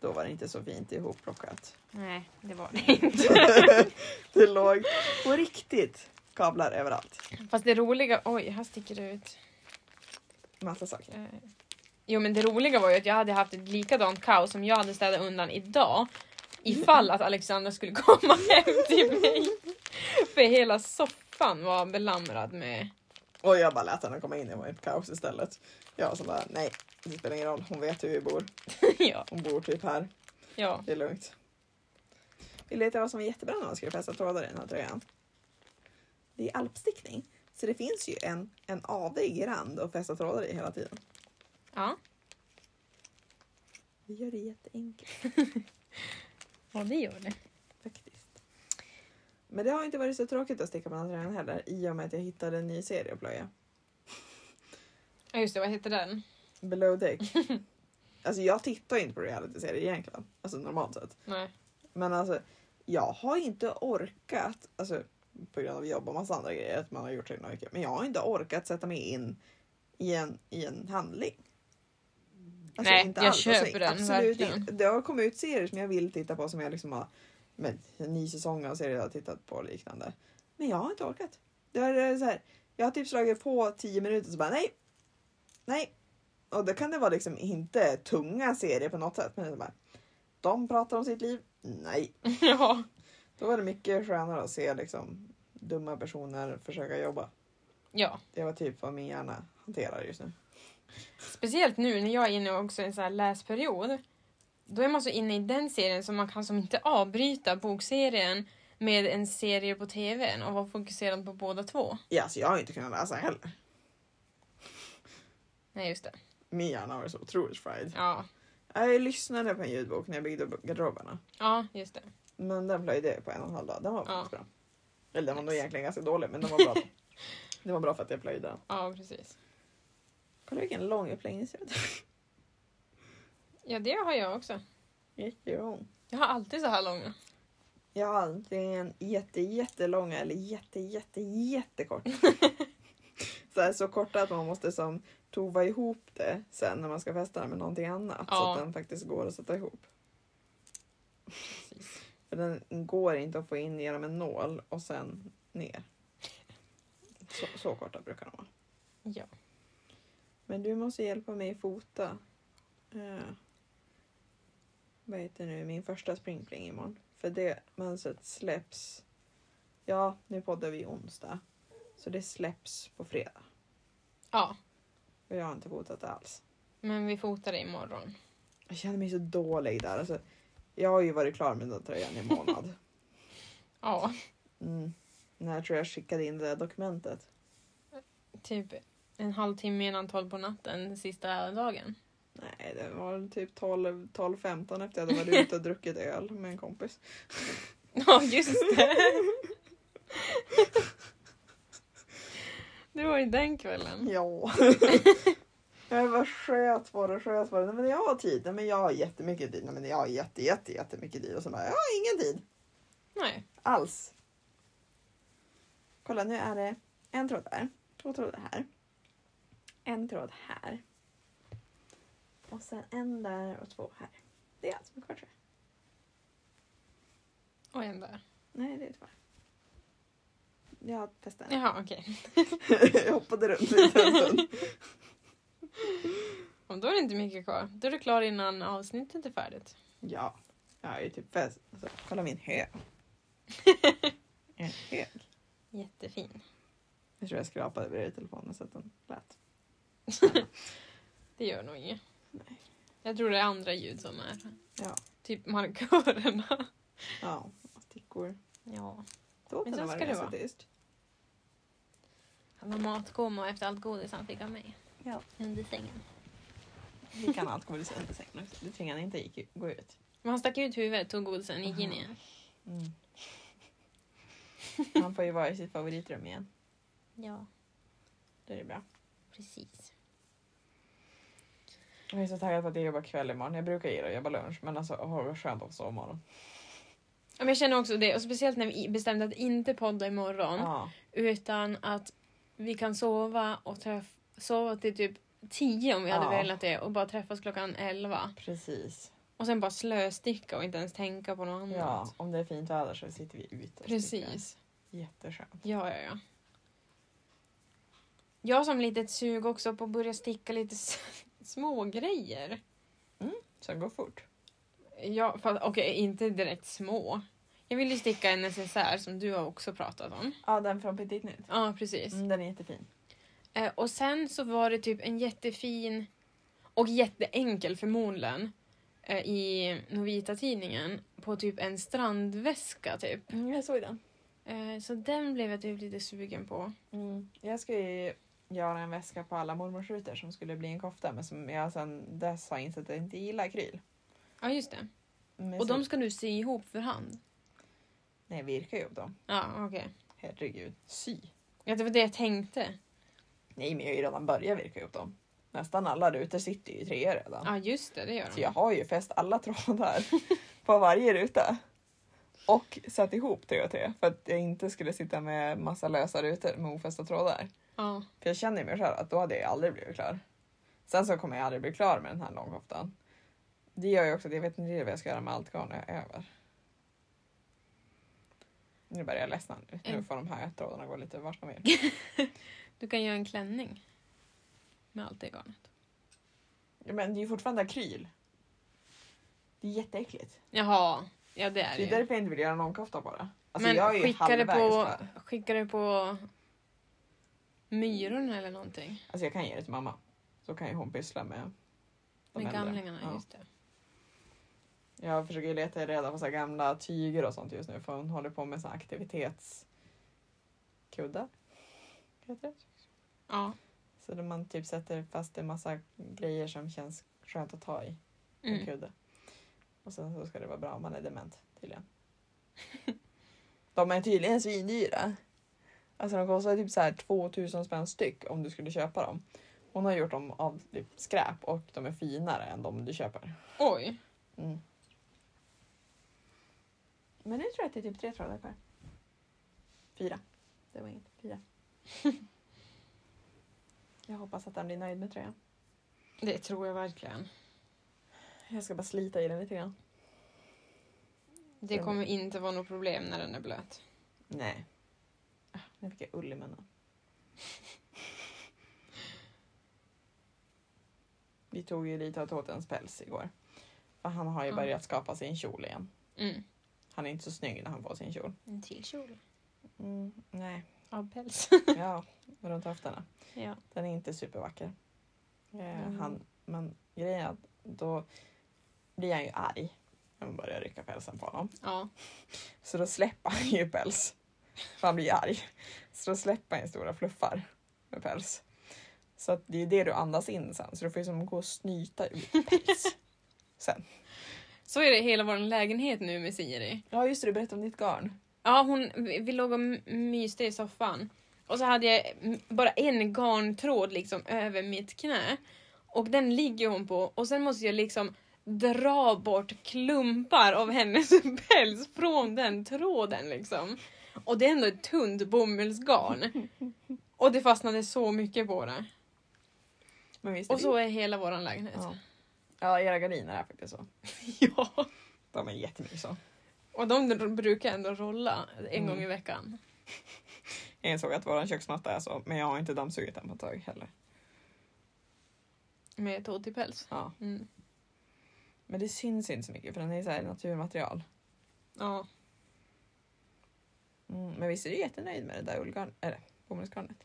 A: Då var det inte så fint ihopplockat.
B: Nej, det var det inte.
A: det låg på riktigt kablar överallt.
B: Fast det roliga... Oj, här sticker det ut.
A: Massa saker.
B: Eh, Jo men det roliga var ju att jag hade haft ett likadant kaos som jag hade städat undan idag ifall att Alexandra skulle komma hem till mig. För hela soffan var belamrad med...
A: Och jag bara lät henne komma in. Det var ett kaos istället. Jag som bara nej, det spelar ingen roll. Hon vet hur vi bor.
B: ja,
A: Hon bor typ här.
B: ja.
A: Det är lugnt. Vill du veta vad som var jättebra när man skulle fästa trådar i den här tröjan? Det är alpstickning. Så det finns ju en, en avig rand att fästa trådar i hela tiden.
B: ja.
A: Vi gör det jätteenkelt
B: Och det gör det.
A: faktiskt. Men det har inte varit så tråkigt att sticka på den här tröjan heller i och med att jag hittade en ny serie att plöja.
B: Ja just det, vad heter den?
A: Below Deck. alltså jag tittar inte på reality-serier egentligen. Alltså normalt sett.
B: Nej.
A: Men alltså, jag har inte orkat, alltså på grund av jobb och massa andra grejer, att man har gjort det i några veckor, men jag har inte orkat sätta mig in i en, i en handling. Alltså,
B: Nej, jag köper den,
A: absolut
B: verkligen.
A: inte. Det har kommit ut serier som jag vill titta på som jag liksom har, men en ny säsong av serier jag har tittat på och liknande. eh, Men jag har inte orkat. Det är så här, jag har typ slagit på 10 minuter så bara nej, Nej. Och då kan det vara liksom inte tunga serier på något sätt. Men det är bara, de pratar om sitt liv. Nej.
B: ja.
A: Då var det mycket skönare att se liksom, dumma personer försöka jobba.
B: ja.
A: Det var typ vad min hjärna hanterar just nu.
B: Speciellt nu när jag är inne också i en så här läsperiod. Då är man så inne i den serien så man kan som inte avbryta bokserien med en serie på tvn och vara fokuserad på båda två.
A: Ja, så jag har inte kunnat läsa heller.
B: Nej, just det.
A: Min hjärna var så otroligt fried.
B: Ja,
A: Jag lyssnade på en ljudbok när jag byggde upp garderoberna.
B: ja just det.
A: Men den flöjde jag på en och en halv dag. Den var faktiskt bra. Eller den var nog
B: Nice.
A: egentligen ganska dålig men den var bra. det var bra för att jag plöjde den.
B: Ja, precis.
A: Kolla vilken lång uppläggningstid.
B: Ja, det har jag också.
A: Jättelång.
B: Jag har alltid så här långa.
A: Jag har antingen jätte jättelång eller jätte jätte jättekort. så, här, så korta att man måste som tova ihop det sen när man ska fästa det med någonting annat. Så
B: Ja.
A: att den faktiskt går att sätta ihop.
B: Precis.
A: För den går inte att få in genom en nål och sen ner. Så, så korta brukar de vara.
B: Ja.
A: Men du måste hjälpa mig fota. Eh, vad heter nu min första springpling imorgon? För det mönstret släpps. Ja, nu poddar vi onsdag. Så det släpps på fredag.
B: ja,
A: Och jag har inte fotat det alls.
B: men vi fotar det imorgon.
A: Jag känner mig så dålig där. Alltså, jag har ju varit klar med den tröjan i en månad.
B: Ja,
A: Mm. När tror jag skickade in det där dokumentet?
B: typ en halvtimme innan tolv på natten sista dagen.
A: Nej, det var typ 12 12-15 efter jag hade varit ute och druckit öl med en kompis.
B: Ja, just det. Det var ju den kvällen.
A: Ja. jag bara sköt på det, sköt på det. Nej, men jag har tid. Nej, men jag har jättemycket tid. Nej, men jag har jätte, jätte, jättemycket tid. Och så bara, jag har ingen tid.
B: Nej.
A: Alls. Kolla, nu är det en tråd där. Två trådar här. En tråd här. Och sen en där och två här. Det är allt som är kvar tror jag.
B: Och en där.
A: Nej, det är två. Jag testar.
B: Jaha, okej.
A: jag hoppade runt lite en stund.
B: Om Då är det inte mycket kvar. Då är du klar innan avsnittet är färdigt.
A: Ja, jag är ju typ bäst. Alltså, kolla min hög. en hög.
B: Jättefin.
A: Jag tror jag skrapade bredvid telefonen så att den lät.
B: Det gör nog inget.
A: Nej.
B: Jag tror det är andra ljud som är.
A: Ja,
B: Typ markörerna.
A: ja stickor.
B: Ja.
A: Då
B: Men
A: kan
B: så
A: det vara
B: ska det
A: ganska
B: vara.
A: tyst.
B: Han var matgomma efter allt godis han fick av mig.
A: Ja.
B: Under sängen.
A: Vi kan allt gå i sängen. Det tvingade inte gick, gå ut. Mm.
B: Men han stack ut huvudet, tog godisen, gick in igen.
A: Man får ju vara i sitt favoritrum igen.
B: Ja,
A: Då är det bra.
B: precis.
A: Jag är så taggad på att jag jobbar kväll imorgon. Jag brukar gilla att jobba lunch men alltså åh, vad skönt att sova imorgon.
B: Ja, men jag känner också det, och speciellt när vi bestämde att inte podda imorgon.
A: Ja.
B: Utan att vi kan sova och träff- sova till typ 10 om vi hade
A: Ja.
B: velat det och bara träffas klockan 11.
A: Precis.
B: Och sen bara slösticka och inte ens tänka på något annat.
A: Ja, om det är fint väder så sitter vi ute. och stickar.
B: Precis.
A: Jätteskönt.
B: Ja, ja, ja. Jag har som litet sug också på att börja sticka lite s- små grejer.
A: Sen går fort.
B: Ja, fast okej, inte direkt små. Jag vill ju sticka en necessär som du har också pratat om.
A: Ja, den från Petit Nytt.
B: Ja, precis.
A: Mm, den är jättefin.
B: Eh, och sen så var det typ en jättefin och jätteenkel förmodligen eh, i Novita-tidningen på typ en strandväska typ.
A: jag såg den.
B: Eh, så den blev jag typ lite sugen på.
A: Mm. Jag ska ju göra en väska på alla mormors rutor som skulle bli en kofta men som jag sen dess har insett att jag inte gillar akryl.
B: Ja, just det.
A: Men
B: Och
A: så-
B: de ska du sy ihop för hand?
A: Nej, virkar ju upp dem.
B: Ja, okej.
A: Herregud. Sy.
B: Ja, det var det jag tänkte.
A: Nej, men jag har ju redan börjat virka upp dem. Nästan alla rutor sitter ju i treor redan.
B: Ja, just det, det gör
A: Så jag
B: de.
A: har ju fäst alla trådar på varje ruta. Och satt ihop tre och tre för att jag inte skulle sitta med massa lösa rutor med ofästa trådar.
B: Ja,
A: För jag känner ju mig själv att då hade jag aldrig blivit klar. Sen så kommer jag aldrig bli klar med den här långkoftan. Det gör ju också att jag vet inte vad jag ska göra med allt garn när jag är över. Nu börjar jag ledsna nu. Nu
B: Mm.
A: får de här trådarna gå lite vart de vill.
B: du kan göra en klänning. med allt det garnet.
A: Ja, Men det är ju fortfarande akryl. Det är jätteäckligt.
B: Jaha, ja det är
A: Det
B: det
A: är
B: ju.
A: därför jag inte vill göra en omkofta bara. Alltså
B: Men
A: jag är ju
B: skickar det,
A: halvvägs
B: på,
A: här.
B: skickar det på myrorna eller någonting?
A: Alltså jag kan ge det till mamma. Så kan ju hon pyssla med de
B: Med
A: äldre.
B: gamlingarna,
A: Ja.
B: just det.
A: Jag försöker ju leta reda på så här gamla tyger och sånt just nu för hon håller på med så här aktivitetskuddar. Heter det?
B: Ja.
A: Så där man typ sätter fast en massa grejer som känns skönt att ta i. på En
B: Mm.
A: kudde. Och sen så ska det vara bra om man är dement tydligen. de är tydligen svindyra. Alltså de kostar typ så här 2000 spänn styck om du skulle köpa dem. Hon har gjort dem av typ skräp och de är finare än de du köper.
B: Oj.
A: Mm. Men nu tror jag att det är typ tre trådar kvar. Fyra. Det var inget. Fyra. jag hoppas att han blir nöjd med tröjan.
B: Det tror jag verkligen.
A: Jag ska bara slita i den lite grann.
B: Det kommer inte vara något problem när den är blöt.
A: Nej. Ah, Nu fick jag ull i munnen. Vi tog ju lite av Tåtens päls igår. För han har ju
B: Ja.
A: börjat skapa sin kjol igen.
B: Mm.
A: Han är inte så snygg när han får sin kjol.
B: En till kjol.
A: Mm, nej,
B: Av päls.
A: ja, runt höfterna.
B: ja.
A: Den är inte supervacker. Eh,
B: Mm.
A: Han, men grejen är att då blir han ju arg när man börjar rycka pälsen på honom.
B: ja.
A: Så då släpper han ju päls. För han blir arg. Så då släpper han ju stora fluffar med päls. Så att det är ju det du andas in sen. Så du får ju som gå och snyta ut päls. sen.
B: Så är det i hela vår lägenhet nu med Siri.
A: Ja just det, du berättade om ditt garn.
B: Ja, hon, vi vi låg och m- myste i soffan. Och så hade jag mm, bara en garntråd liksom över mitt knä. Och den ligger hon på och sen måste jag liksom dra bort klumpar av hennes päls från den tråden liksom. Och det är ändå ett tunt bomullsgarn. Och det fastnade så mycket på det.
A: Men visst är
B: Och så är hela vår lägenhet.
A: Ja. ja, era gardiner är faktiskt så.
B: Ja.
A: De är jättemycket så.
B: Och de dr- brukar ändå rolla en
A: Mm.
B: gång i veckan.
A: Jag insåg att våran köksmatta är så, men jag har inte dammsugit den på ett tag heller.
B: Med tåtipäls.
A: Ja.
B: Mm.
A: Men det syns inte så mycket för den är så här naturmaterial.
B: Ja.
A: Mm, men visst är du jättenöjd med det där ullgarnet? Eller bomullsgarnet?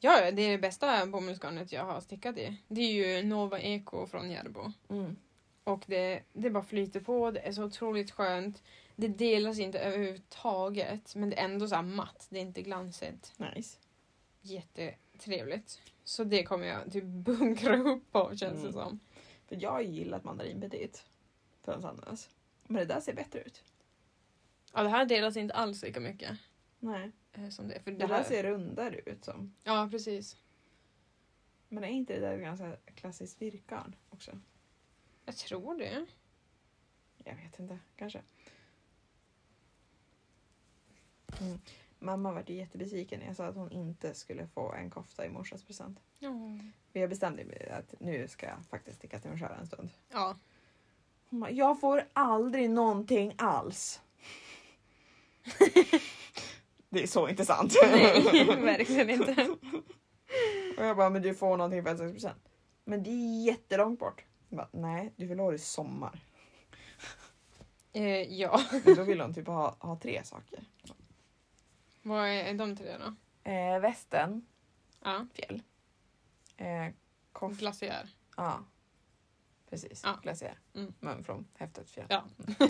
B: Ja, ja, det är det bästa bomullsgarnet jag har stickat i. Det är ju Nova Eko från Järbo.
A: Mm.
B: Och det, det bara flyter på, det är så otroligt skönt. Det delas inte överhuvudtaget, men det är ändå så här matt, det är inte glansigt.
A: Nice.
B: Jättetrevligt. Så det kommer jag typ bunkra upp på känns det
A: Mm.
B: som.
A: För jag har ju gillat mandarinbetit förrän annars. Men det där ser bättre ut.
B: Ja, det här delas inte alls lika mycket
A: Nej.
B: eh, som det. För
A: Det,
B: det
A: där
B: här,
A: ser rundare ut som.
B: Ja, precis.
A: Men är inte det där ganska klassiskt virkgarn också?
B: Jag tror det.
A: Jag vet inte, kanske. Mm. Mamma var ju jättebesviken när jag sa att hon inte skulle få en kofta i morsas present.
B: Ja.
A: Men jag bestämde mig att nu ska jag faktiskt sticka till mig själv en stund.
B: Ja.
A: Hon bara, jag får aldrig någonting alls. det är så inte sant.
B: Nej, verkligen inte.
A: Och jag bara, men du får någonting i födelsedagspresent. Men det är jättelångt bort. Jag bara, nej, du vill ha det i sommar.
B: Eh, ja.
A: Men då vill hon typ ha, ha tre saker.
B: Vad är de tre då?
A: Eh, västen,
B: Ja.
A: fjäll. Eh, koff,
B: Glaciär.
A: ja. Precis,
B: Ja.
A: glaciär.
B: Mm.
A: Men från häftet fjäll.
B: Ja.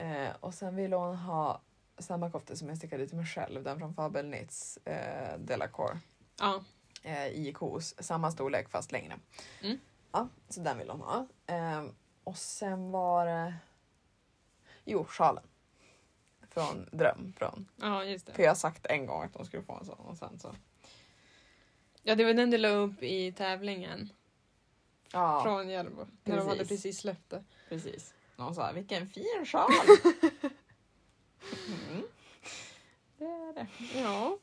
A: Eh, och sen vill hon ha samma kofta som jag stickade till mig själv. Den från Fabel Knits eh, Delacour.
B: Ja.
A: eh, i kos. Samma storlek fast längre.
B: Mm.
A: Ja, så den vill hon ha. Ehm, och sen var det... Jo, sjalen. Från Dröm. Från.
B: ja, just det.
A: För jag har sagt en gång att de skulle få en sån och sen så...
B: Ja, det var den du la upp i tävlingen
A: Ja,
B: från Järbo. När de
A: Precis.
B: hade precis släppt det.
A: precis. Någon sa vilken fin sjal! mm. Det är det.
B: Ja.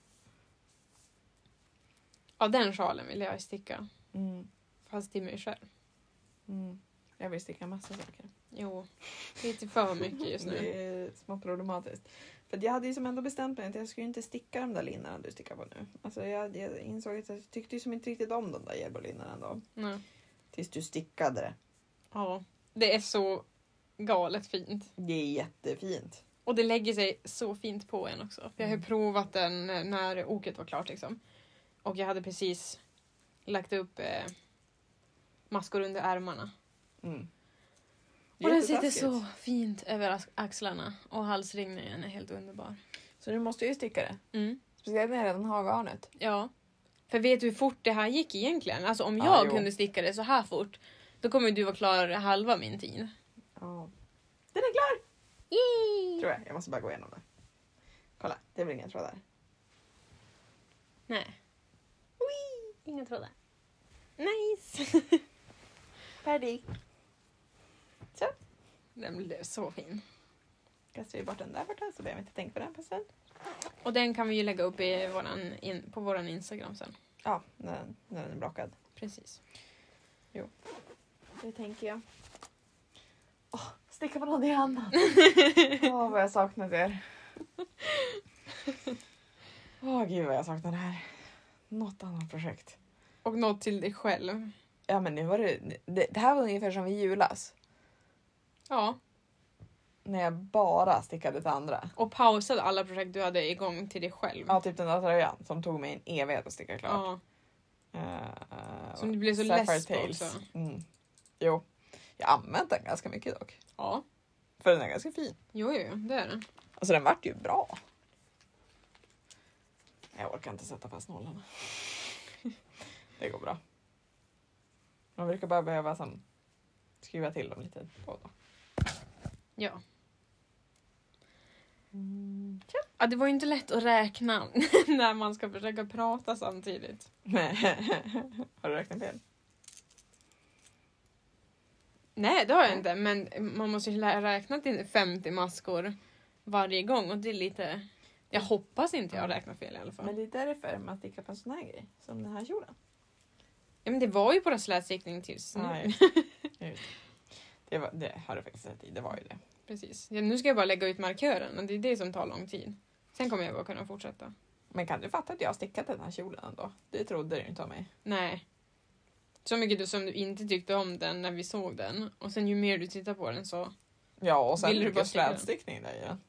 B: Ja, den sjalen vill jag sticka.
A: Mm,
B: Fast till mig själv.
A: mm. Jag vill sticka massa saker.
B: Jo, lite för mycket just nu.
A: Det är smått problematiskt. För För att jag hade ju som ändå bestämt mig att jag skulle ju inte sticka de där linnarna du stickar på nu. Alltså jag, jag insåg att jag tyckte ju som inte riktigt om de där Järbo-linnarna då.
B: Nej.
A: Tills du stickade det.
B: Ja. Det är så galet fint.
A: Det är jättefint.
B: Och det lägger sig så fint på en också. För jag har ju
A: Mm.
B: provat den när oket var klart. Liksom. Och jag hade precis lagt upp eh, maskor under ärmarna.
A: Mm.
B: Och den sitter
A: Jättetaskigt.
B: så fint över ax- axlarna. Och halsringningen är helt underbar.
A: Så du måste ju sticka det.
B: Mm.
A: Speciellt när jag redan har garnet.
B: Ja. För vet du hur fort det här gick egentligen? Alltså om
A: Ja,
B: jag
A: jo.
B: kunde sticka det så här fort, då kommer du vara klar halva min tid.
A: Ja. Den är klar!
B: Yay!
A: Tror jag. Jag måste bara gå igenom det. Kolla, det blir inga trådar.
B: Nej. Inga trådar. Nice!
A: Färdig.
B: Den blev så fin.
A: Kastar vi bort den där borta så behöver vi inte tänka på den på stund.
B: Och den kan vi ju lägga upp i våran in, på våran Instagram sen.
A: Ja, när den, när den är blockad.
B: Precis.
A: Det tänker jag. Åh, sticka på någonting annat. Åh, vad jag saknat er. Åh, gud vad jag saknar det här. Något annat projekt.
B: Och något till dig själv.
A: Ja, men nu var det, det... Det här var ungefär som i julas.
B: Ja.
A: När jag bara stickade till andra.
B: Och pausade alla projekt du hade igång till dig själv.
A: Ja, typ den där tröjan som tog mig en evighet att sticka klart.
B: Ja.
A: Eh,
B: Som du blev så
A: Sapphire
B: less på
A: Tales.
B: också.
A: Mm. Jo. Jag har använt den ganska mycket dock.
B: Ja.
A: För den är ganska fin.
B: Jo, jo, jo, det är det.
A: Alltså den vart ju bra. Jag orkar inte sätta fast nollarna. Det går bra. Man brukar bara behöva som, skruva till dem lite då och då.
B: Ja.
A: Mm.
B: ja. Det var ju inte lätt att räkna när man ska försöka prata samtidigt.
A: Har du räknat fel?
B: Nej, det har jag inte. Men man måste ju lä- räkna till 50 maskor varje gång och det är lite... Jag hoppas inte jag har räknat fel i alla fall.
A: Men det är därför man stickar på en sån här grej. Som den här kjolen.
B: Ja, men det var ju bara slätstickning tills nu.
A: Nej. Mm. Just. Det, var, det har du faktiskt rätt i, det var ju det.
B: Precis. Ja, nu ska jag bara lägga ut markören och det är det som tar lång tid. Sen kommer jag bara kunna fortsätta.
A: Men kan du fatta att jag har stickat den här kjolen ändå? Det trodde du ju inte om mig.
B: Nej. Så mycket du, som du inte tyckte om den när vi såg den och sen ju mer du tittar på den så...
A: Ja, och sen
B: Vill du
A: fick
B: bara
A: jag
B: sticka den?
A: slätstickning där i den.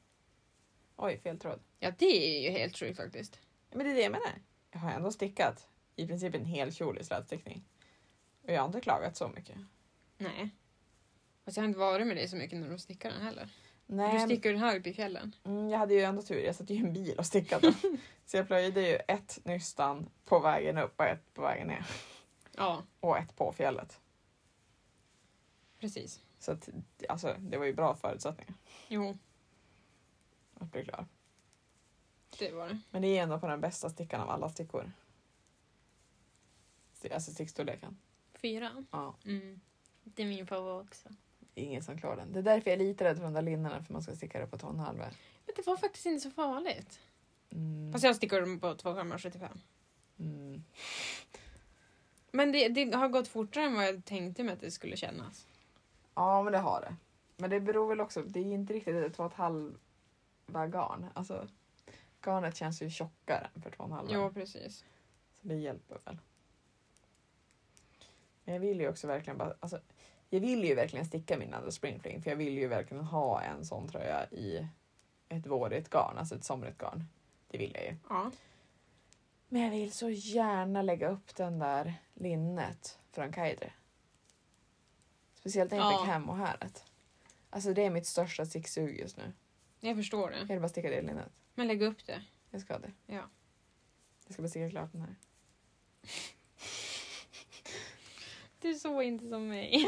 A: Oj, fel tråd.
B: Ja, det är ju helt sjukt faktiskt.
A: Men det är det jag menar. Jag har ändå stickat i princip en hel kjol i slätstickning. Och jag har inte klagat så mycket.
B: Nej. Fast jag har inte varit med dig så mycket när du stickar den heller. Du
A: Nej,
B: stickar ju den här uppe i fjällen.
A: mm, jag hade ju ändå tur. Jag satt ju i en bil och stickade. så jag plöjde ju ett nystan på vägen upp och ett på vägen ner.
B: Ja,
A: Och ett på fjället.
B: precis.
A: Så att, alltså, det var ju bra förutsättningar
B: Jo,
A: att bli klar.
B: det var det.
A: Men det är ändå på den bästa stickan av alla stickor. Alltså stickstorleken.
B: Fyra.
A: Ja.
B: Mm. Det är min favorit också.
A: Ingen som klarar den. Det är därför jag är lite rädd för de där linnena för man ska sticka det på tonhalvor.
B: Men det var faktiskt inte så farligt.
A: Mm.
B: Fast jag stickar den på 2 grammar 75.
A: Mm.
B: Men det, det har gått fortare än vad jag tänkte mig att det skulle kännas.
A: Ja, men det har det. Men det beror väl också, det är inte riktigt ett två och ett halva garn. Alltså, garnet känns ju tjockare än för två och en halva.
B: Jo, precis.
A: Så det hjälper väl. Men jag vill ju också verkligen bara, alltså, jag vill ju verkligen sticka min andra springfling för jag vill ju verkligen ha en sån tröja i ett vårigt garn, alltså ett somrigt garn. Det vill jag ju.
B: Ja.
A: Men jag vill så gärna lägga upp den där linnet från Kaidre. Speciellt när jag
B: Ja.
A: fick hem och häret. Alltså det är mitt största sticksug just
B: Mm.
A: nu.
B: Jag förstår
A: Jag
B: det.
A: vill bara sticka det linnet.
B: Men lägg upp det.
A: Jag ska det.
B: Ja.
A: Jag ska bara sticka klart den här.
B: Du är så inte som mig.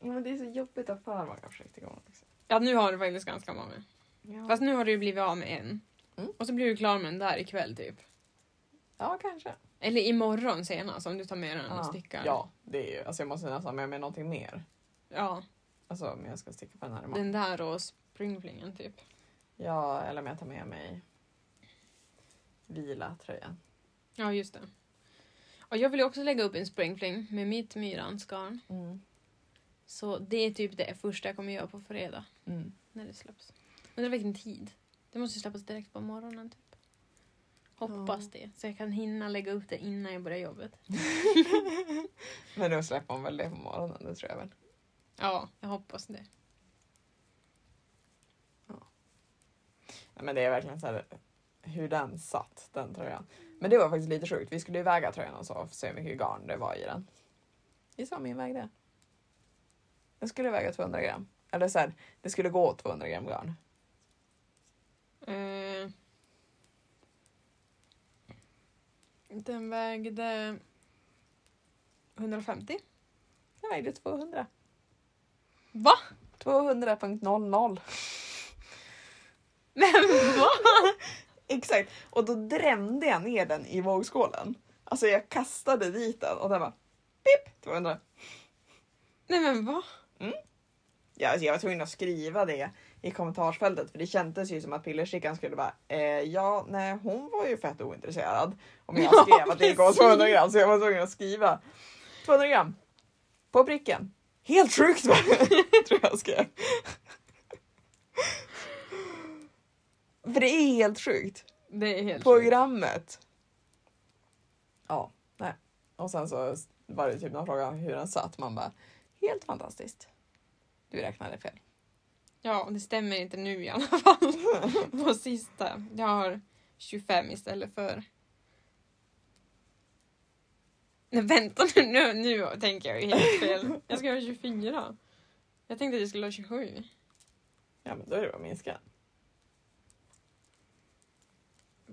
A: Ja, men det är så jobbigt att ha för många projekt igång. Liksom.
B: Ja, nu har du faktiskt ganska många.
A: Ja.
B: Fast nu har du ju blivit av med en.
A: Mm.
B: Och så blir du klar med den där ikväll typ.
A: ja, kanske.
B: Eller imorgon senast om du tar med den och
A: Ja.
B: stickar.
A: Ja, det är ju, alltså jag måste nästan ha med mig någonting mer.
B: ja.
A: Alltså om jag ska sticka på den här imorgon.
B: Den där och springflingen typ.
A: Ja, eller om jag tar med mig vila-tröjan.
B: Ja, just det. Mm. Och jag vill ju också lägga upp en springfling med mitt myrans garn. Så det är typ det första jag kommer göra på fredag
A: Mm.
B: när det släpps. Undrar vilken tid. Det måste ju släppas direkt på morgonen typ. Hoppas det. Så jag kan hinna lägga upp det innan jag börjar jobbet.
A: Men då släpper man väl det på morgonen, det tror jag väl.
B: Ja, jag hoppas det.
A: Nej, men det är verkligen så här hur den satt, den tröjan. Men det var faktiskt lite sjukt. Vi skulle ju väga tröjan och så för att se hur mycket garn det var i den. Gissa vad min vägde? Den skulle väga 200 gram. Eller så här, det skulle gå åt 200 gram garn.
B: Eh, den vägde 150.
A: Den vägde 200.
B: Va?
A: 200.00.
B: Men vad?
A: Exakt. Och då drämde jag ner den i vågskålen. Alltså jag kastade dit den och den bara pip 200.
B: Nej men vad?
A: Ja, alltså jag var tvungen att skriva det i kommentarsfältet för det kändes ju som att pillerstickan skulle bara eh, ja, nej hon var ju fett ointresserad. Om jag
B: Ja,
A: skrev att det gav
B: precis.
A: 200 gram så jag var tvungen att skriva 200 gram på pricken. Helt sjukt va? tror jag skrev. för det är helt sjukt.
B: Det är helt sjukt.
A: Programmet. Ja, nej. Och sen så var det typ någon fråga om hur den satt. Man bara, helt fantastiskt. Du räknade fel.
B: Ja, det stämmer inte nu i alla fall. På sista. Jag har 25 istället för... Nej vänta nu, nu, nu tänker jag ju helt fel. Jag ska ha 24. Jag tänkte att jag skulle ha 27.
A: Ja, men då är det bara att minska.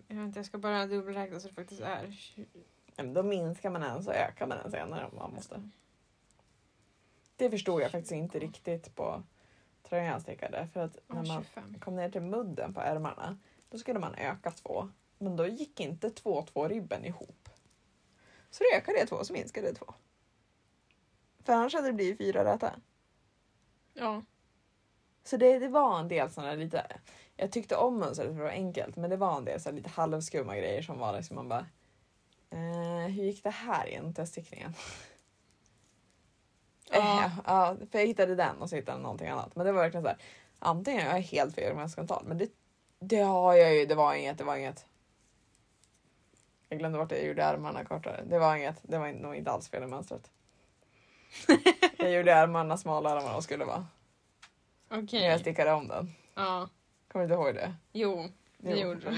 B: Jag, vet inte, jag ska bara dubbelräkna så det faktiskt är 20.
A: Ja, men då minskar man en så ökar man en senare om man måste. Det förstod jag faktiskt inte riktigt på tröjan jag stickade. För att när man
B: 25.
A: kom ner till mudden på ärmarna, då skulle man öka två. Men då gick inte två två ribben ihop. Så då ökade jag två så minskade jag två. För annars hade det blivit fyra räta.
B: Ja.
A: Så det, det var en del sådana lite, jag tyckte om mönstret för det var enkelt, men det var en del så här lite halvskumma grejer som var liksom man bara eh, hur gick det här igen, teststickningen?
B: Ja.
A: Eh, ja, för jag hittade den och så hittade jag någonting annat. Men det var verkligen så här, antingen jag är helt fel om jag ska ta men det, det har jag ju, det var inget, det var inget. Jag glömde bort det, jag gjorde ärmarna kortare. Det var inget, det var in- nog inte alls fel i mönstret. jag gjorde ärmarna smalare än vad de skulle vara. När
B: Okej.
A: jag stickade om den.
B: Ja.
A: Kommer du inte ihåg det?
B: Jo, det
A: Jo.
B: gjorde du.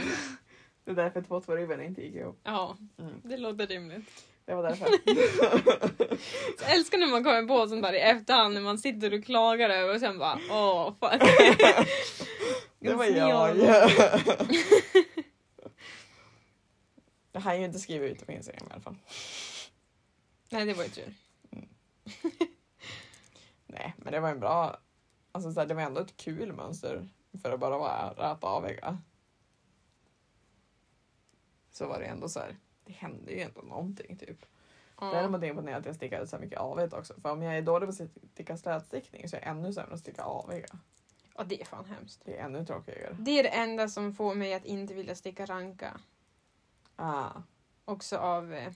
A: Det är därför 2 2 ribben inte gick ihop.
B: Ja,
A: Mm.
B: det låter rimligt.
A: Det var därför.
B: Jag älskar när man kommer på sånt där i efterhand när man sitter och klagar över och sen bara åh, fan.
A: det var jag. Jag hann ju inte skriva ut det på Instagram i alla fall.
B: Nej, det var ju tur.
A: Nej, men det var en bra... Alltså så här, det var ändå ett kul mönster för att bara vara rätt aviga. Så var det ändå så här, det hände ju ändå någonting typ.
B: Ja.
A: Däremot är jag imponerad att jag stickade så här mycket avigt också. För om jag är dålig på att sticka slätstickning så är jag ännu sämre på att sticka aviga.
B: Ja, det är fan hemskt.
A: Det är ännu tråkigare.
B: Det är det enda som får mig att inte vilja sticka ranka.
A: Ah.
B: Också av eh,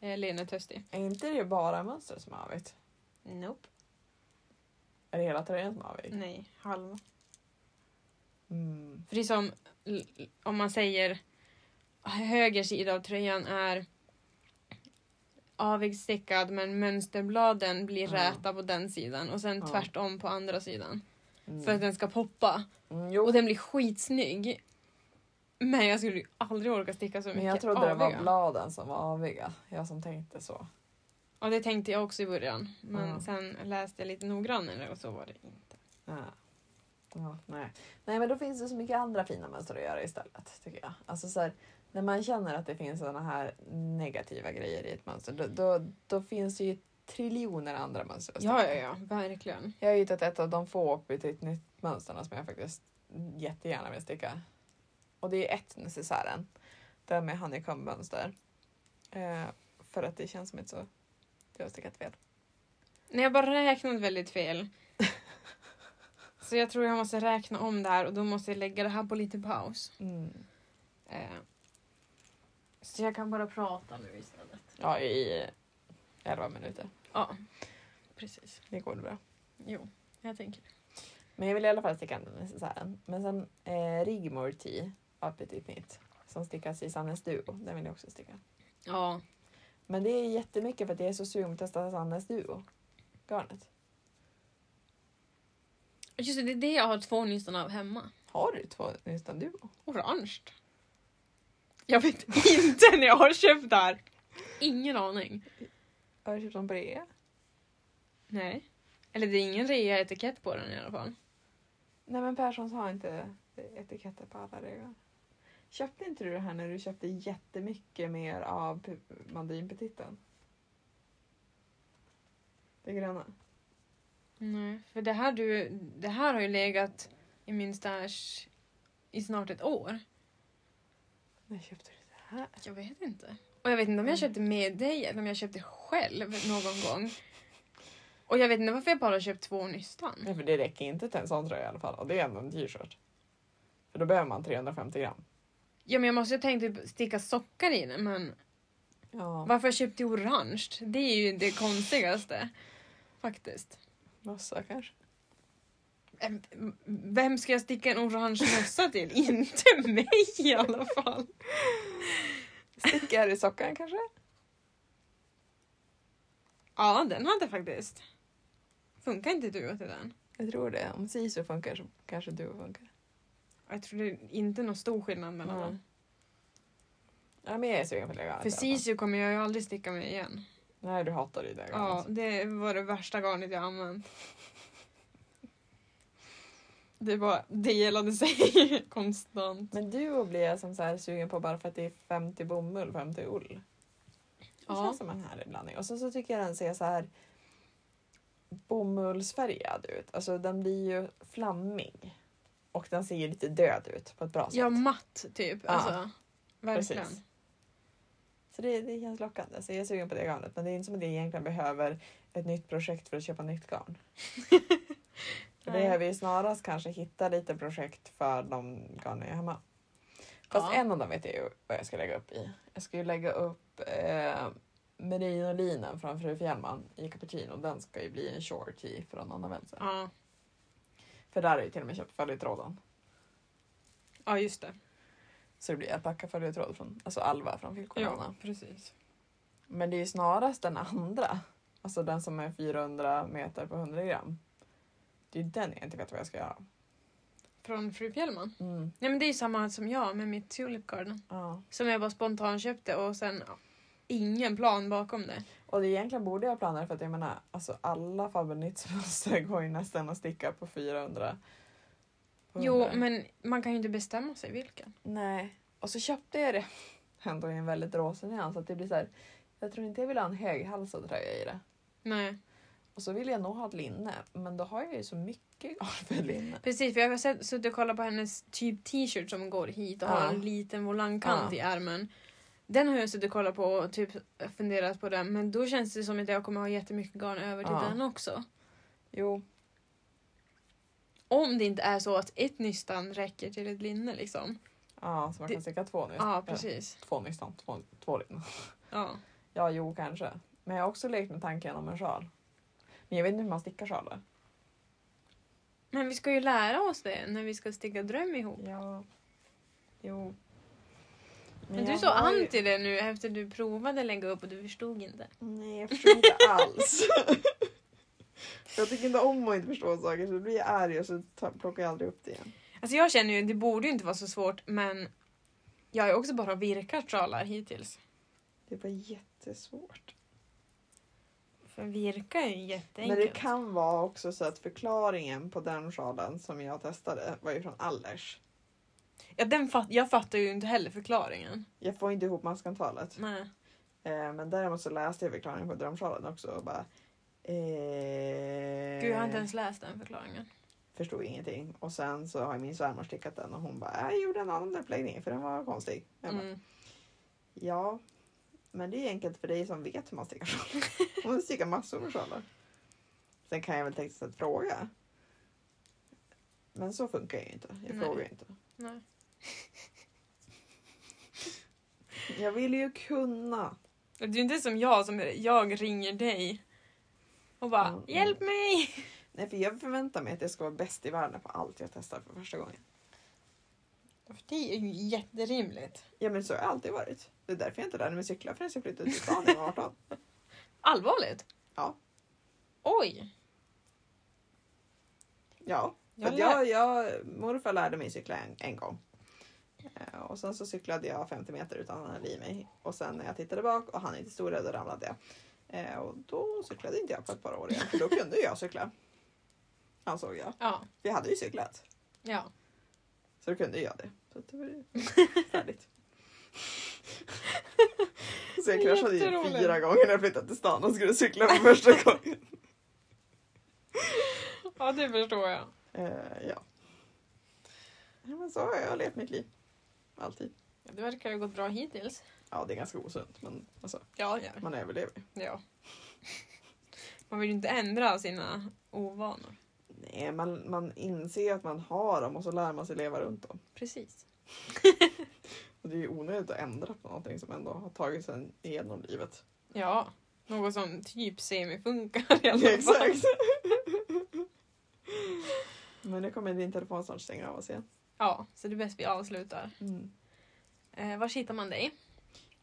B: eh, Lena Tösti.
A: Är inte det bara mönstret som är avigt?
B: Nope.
A: Är det hela tröjan som är avig?
B: Nej, halva.
A: Mm.
B: För det är som l- l- om man säger höger sida av tröjan är avigstickad men mönsterbladen blir
A: Ja.
B: räta på den sidan och sen
A: Ja.
B: tvärtom på andra sidan.
A: Mm.
B: För att den ska poppa.
A: Mm, jo.
B: Och den blir skitsnygg. Men jag skulle ju aldrig orka sticka så mycket
A: Men jag trodde det var
B: aviga.
A: bladen som var aviga. Jag som tänkte så.
B: Ja, det tänkte jag också i början. Men
A: Ja.
B: sen läste jag lite noggrannare och så var det inte.
A: Ja. Ah. Ja, nej. nej men då finns det så mycket andra fina mönster att göra istället. tycker jag. Alltså så här, när man känner att det finns sådana här negativa grejer i ett mönster då, då, då finns det ju triljoner andra mönster. att
B: Ja, ja,
A: sticka.
B: ja, verkligen.
A: Jag har hittat ett av de få opbytnytt-mönstren som jag faktiskt jättegärna vill sticka. Och det är ett necessären. Den med honeycomb-mönster. Eh, för att det känns som ett så... Jag har stickat fel.
B: Nej, jag har bara räknat väldigt fel. så jag tror jag måste räkna om det här och då måste jag lägga det här på lite paus.
A: Mm.
B: Eh, så jag kan bara prata nu istället.
A: Ja, i 11 minuter.
B: Ja, precis.
A: Det går bra.
B: Jo, jag tänker
A: Men jag vill i alla fall sticka en necessär. Men sen eh, Rigmor T av Petit Knit som stickas i Sannes Duo. Den vill jag också sticka.
B: Ja.
A: Men det är jättemycket för att jag är så sugen på att testa Sannes Duo. Garnet.
B: Just det, det är det jag har två nystan av hemma.
A: Har du två nystan Duo?
B: Orange. Jag vet inte när jag har köpt det här. Ingen aning.
A: Har du köpt dem på rea?
B: Nej. Eller det är ingen rea-etikett på den i alla fall.
A: Nej men Perssons har inte etiketter på alla regler. Köpte inte du det här när du köpte jättemycket mer av p- mandarinpetiten? Det gröna?
B: Nej, för det här, du, det här har ju legat i min stash i snart ett år.
A: När köpte du det här?
B: Jag vet inte. Mm. Och jag vet inte om jag köpte med dig eller om jag köpte själv någon gång. Och jag vet inte varför jag bara har köpt två nystan.
A: Nej för det räcker inte till en sån tröja i alla fall och det är ändå en t-shirt. För då behöver man 350 gram.
B: Ja, men jag måste ju ha tänkt typ sticka sockar i den, men
A: Ja.
B: varför jag köpte orange? Det är ju det konstigaste. Faktiskt.
A: Mössa kanske?
B: Em, Vem ska jag sticka en orange mössa till? inte mig i alla fall.
A: Stickar i sockan kanske?
B: Ja, den hade faktiskt. Funkar inte du till den?
A: Jag tror det. Om sisu funkar så kanske du funkar.
B: Jag tror det är inte någon stor skillnad mellan
A: Nej.
B: dem.
A: Ja men jag är sugen på det garnet.
B: För
A: i alla fall.
B: sisu kommer jag ju aldrig sticka med igen.
A: Nej du hatar ju det garnet.
B: Ja, det var det värsta garnet jag använt. Det bara delade sig konstant.
A: Men duo blir jag som så här sugen på bara för att det är 50 bomull, 50 ull. Det
B: Ja.
A: känns som en härlig blandning. Och sen så tycker jag den ser så här bomullsfärgad ut. Alltså den blir ju flammig. Och den ser ju lite död ut på ett bra sätt.
B: Ja, matt typ.
A: Ja,
B: Alltså, verkligen.
A: precis. Så det, det känns lockande. Så jag är sugen på det garnet. Men det är inte som att jag egentligen behöver ett nytt projekt för att köpa nytt garn. För det
B: Nej.
A: behöver ju snarast kanske hitta lite projekt för de garnen jag har hemma. Fast
B: Ja.
A: en av dem vet jag ju vad jag ska lägga upp i. Jag ska ju lägga upp eh, merinolinen från Fru Fjällman i Cappuccino. Den ska ju bli en short tee från Anna Wenzel.
B: Ja.
A: För där har jag ju till och med köpt följetråden.
B: ja, just det.
A: Så det blir alpacka följetråd från, alltså Alva från Filcorona.
B: Ja, precis.
A: Men det är ju snarast den andra. Alltså den som är 400 meter på 100 gram. Det är ju den jag inte vet vad jag ska göra.
B: Från Fru Fjällman.
A: Mm.
B: Nej, men det är ju samma som jag med mitt Tulip Garden.
A: Ja.
B: Som jag bara spontant köpte och sen ja, ingen plan bakom det.
A: Och det egentligen borde jag ha planer för att jag menar alltså alla fabernitsmönster går ju nästan att sticka på 400. på 100.
B: Jo, men man kan ju inte bestämma sig vilken.
A: Nej. Och så köpte jag det ändå i en väldigt rosa nyans. Att det blir så här, jag tror inte jag vill ha en höghalsad tröja i det.
B: Nej.
A: Och så vill jag nog ha ett linne. Men då har jag ju så mycket garn för linne.
B: Precis, för jag har sett, suttit och kollat på hennes typ t-shirt som går hit och
A: Ja.
B: har en liten volangkant
A: Ja.
B: i ärmen. Den har jag suttit och kollat på och typ funderat på den men då känns det som att jag kommer ha jättemycket garn över till
A: Ja.
B: den också.
A: Jo.
B: Om det inte är så att ett nystan räcker till ett linne liksom.
A: Ja, så man
B: Det-
A: kan sticka två nu.
B: Ja, precis.
A: Två nystan, två, två linnen.
B: Ja.
A: Ja, jo kanske. Men jag har också lekt med tanken om en sjal. Men jag vet inte hur man stickar sjalar.
B: Men vi ska ju lära oss det när vi ska sticka dröm ihop.
A: Ja. Jo.
B: Men du är så anti det nu efter du provade lägga upp och du förstod inte.
A: Nej, jag förstår inte alls. jag tycker inte om att inte förstå saker så blir jag arg och så ta- plockar jag aldrig upp det igen.
B: Alltså jag känner ju, det borde ju inte vara så svårt men jag har ju också bara virkat sjalar hittills.
A: Det var jättesvårt.
B: För virka är ju jätteenkelt.
A: Men det kan vara också så att förklaringen på den sjalen som jag testade var ju från Allers.
B: ja, den fat... Jag fattar ju inte heller förklaringen.
A: Jag får inte ihop maskantalet.
B: Nej.
A: Eh, men däremot så läste jag förklaringen på drömsjalen också och bara... Eh,
B: Gud, jag har inte ens läst den förklaringen.
A: Förstod ingenting. Och sen så har min svärmor stickat den och hon bara "Äh, jag gjorde en annan uppläggning för den var konstig. Jag bara,
B: Mm.
A: ja, men det är ju enkelt för dig som vet hur man stickar sjalar. Hon stickar massor med sjalar. Sen kan jag väl tänka att fråga. Men så funkar jag ju inte. Jag
B: Nej.
A: frågar ju inte.
B: Nej.
A: Jag vill ju kunna.
B: Det är ju inte som jag som jag ringer dig och bara
A: Mm, mm.
B: “Hjälp mig!”
A: Nej, för jag förväntar mig att jag ska vara bäst i världen på allt jag testar för första gången.
B: För det är ju jätterimligt.
A: Ja, men så har jag alltid varit. Det är därför jag inte lärde mig cykla förrän jag flyttade till stan när jag var 18.
B: Allvarligt?
A: Ja.
B: Oj!
A: Ja, för
B: Jag
A: att jag, jag, morfar lärde mig cykla en, en gång. Eh, Och sen så cyklade jag 50 meter utan han höll i mig. Och sen när jag tittade bak och han inte stod där, då ramlade jag. Eh, Och då cyklade inte jag på ett par år igen, för då kunde jag cykla. Ansåg jag.
B: Ja,
A: Vi hade ju cyklat,
B: ja.
A: så då kunde jag det. Så det var ju färdigt. Så jag kraschade ju
B: Jätteroligt.
A: fyra gånger när jag flyttade till stan och skulle cykla för första gången.
B: Ja, det förstår jag.
A: Eh, ja. ja. Men så har jag levt mitt liv. Alltid.
B: Ja, Det verkar ju ha gått bra hittills.
A: Ja, det är ganska osunt, men alltså,
B: Ja, ja.
A: man överlever ju.
B: ja. Man vill ju inte ändra sina ovanor.
A: Nej, man, man inser att man har dem och så lär man sig leva runt dem.
B: Precis.
A: Och det är ju onödigt att ändra på någonting som ändå har tagit sig igenom livet.
B: Ja. Något som typ semifunkar i alla
A: Ja,
B: fall.
A: exakt. men nu kommer din telefon snart stänga av oss igen. Mm.
B: Ja, så det är bäst vi avslutar. Eh, var hittar man dig?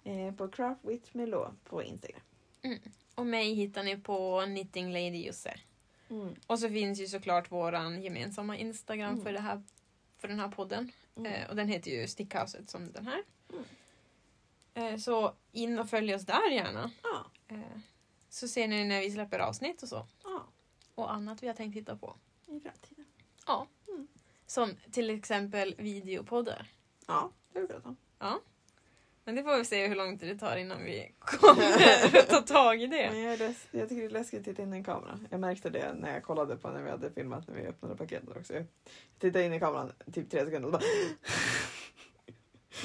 A: Eh, på Craft with Milo på Instagram.
B: Och mig hittar ni på Knitting Lady Jusser. Och så finns ju såklart våran gemensamma Instagram
A: Mm.
B: för, det här, för den här podden.
A: Mm.
B: Eh, och den heter ju Stickhouset som den här.
A: Mm.
B: Eh, så in och följ oss där gärna.
A: Ja,
B: Eh, så ser ni när vi släpper avsnitt och så.
A: ja,
B: Och annat vi har tänkt titta på.
A: i framtiden.
B: Som till exempel videopoddar.
A: Ja, det är bra. då.
B: Men det får vi se hur lång tid det tar innan vi kommer att ta tag i
A: Men
B: det.
A: jag, är läs- jag tycker det är läskigt att titta in i en kamera. Jag märkte det när jag kollade på när vi hade filmat när vi öppnade paketet också. Jag tittade in i kameran typ tre sekunder och bara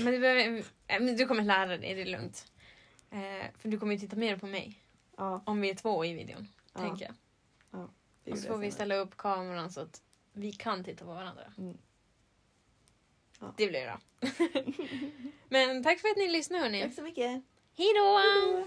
B: Men du, behöver, eh, men du kommer lära dig, det är lugnt. Eh, för du kommer ju titta mer på mig.
A: ja.
B: Om vi är två i videon,
A: ja,
B: tänker jag.
A: det
B: Och
A: gjorde
B: så
A: jag
B: får vi
A: senare.
B: ställa upp kameran så att vi kan titta på varandra.
A: Mm. Ja.
B: Det blir bra. Men tack för att ni lyssnade hörni.
A: Tack så mycket.
B: Hej då!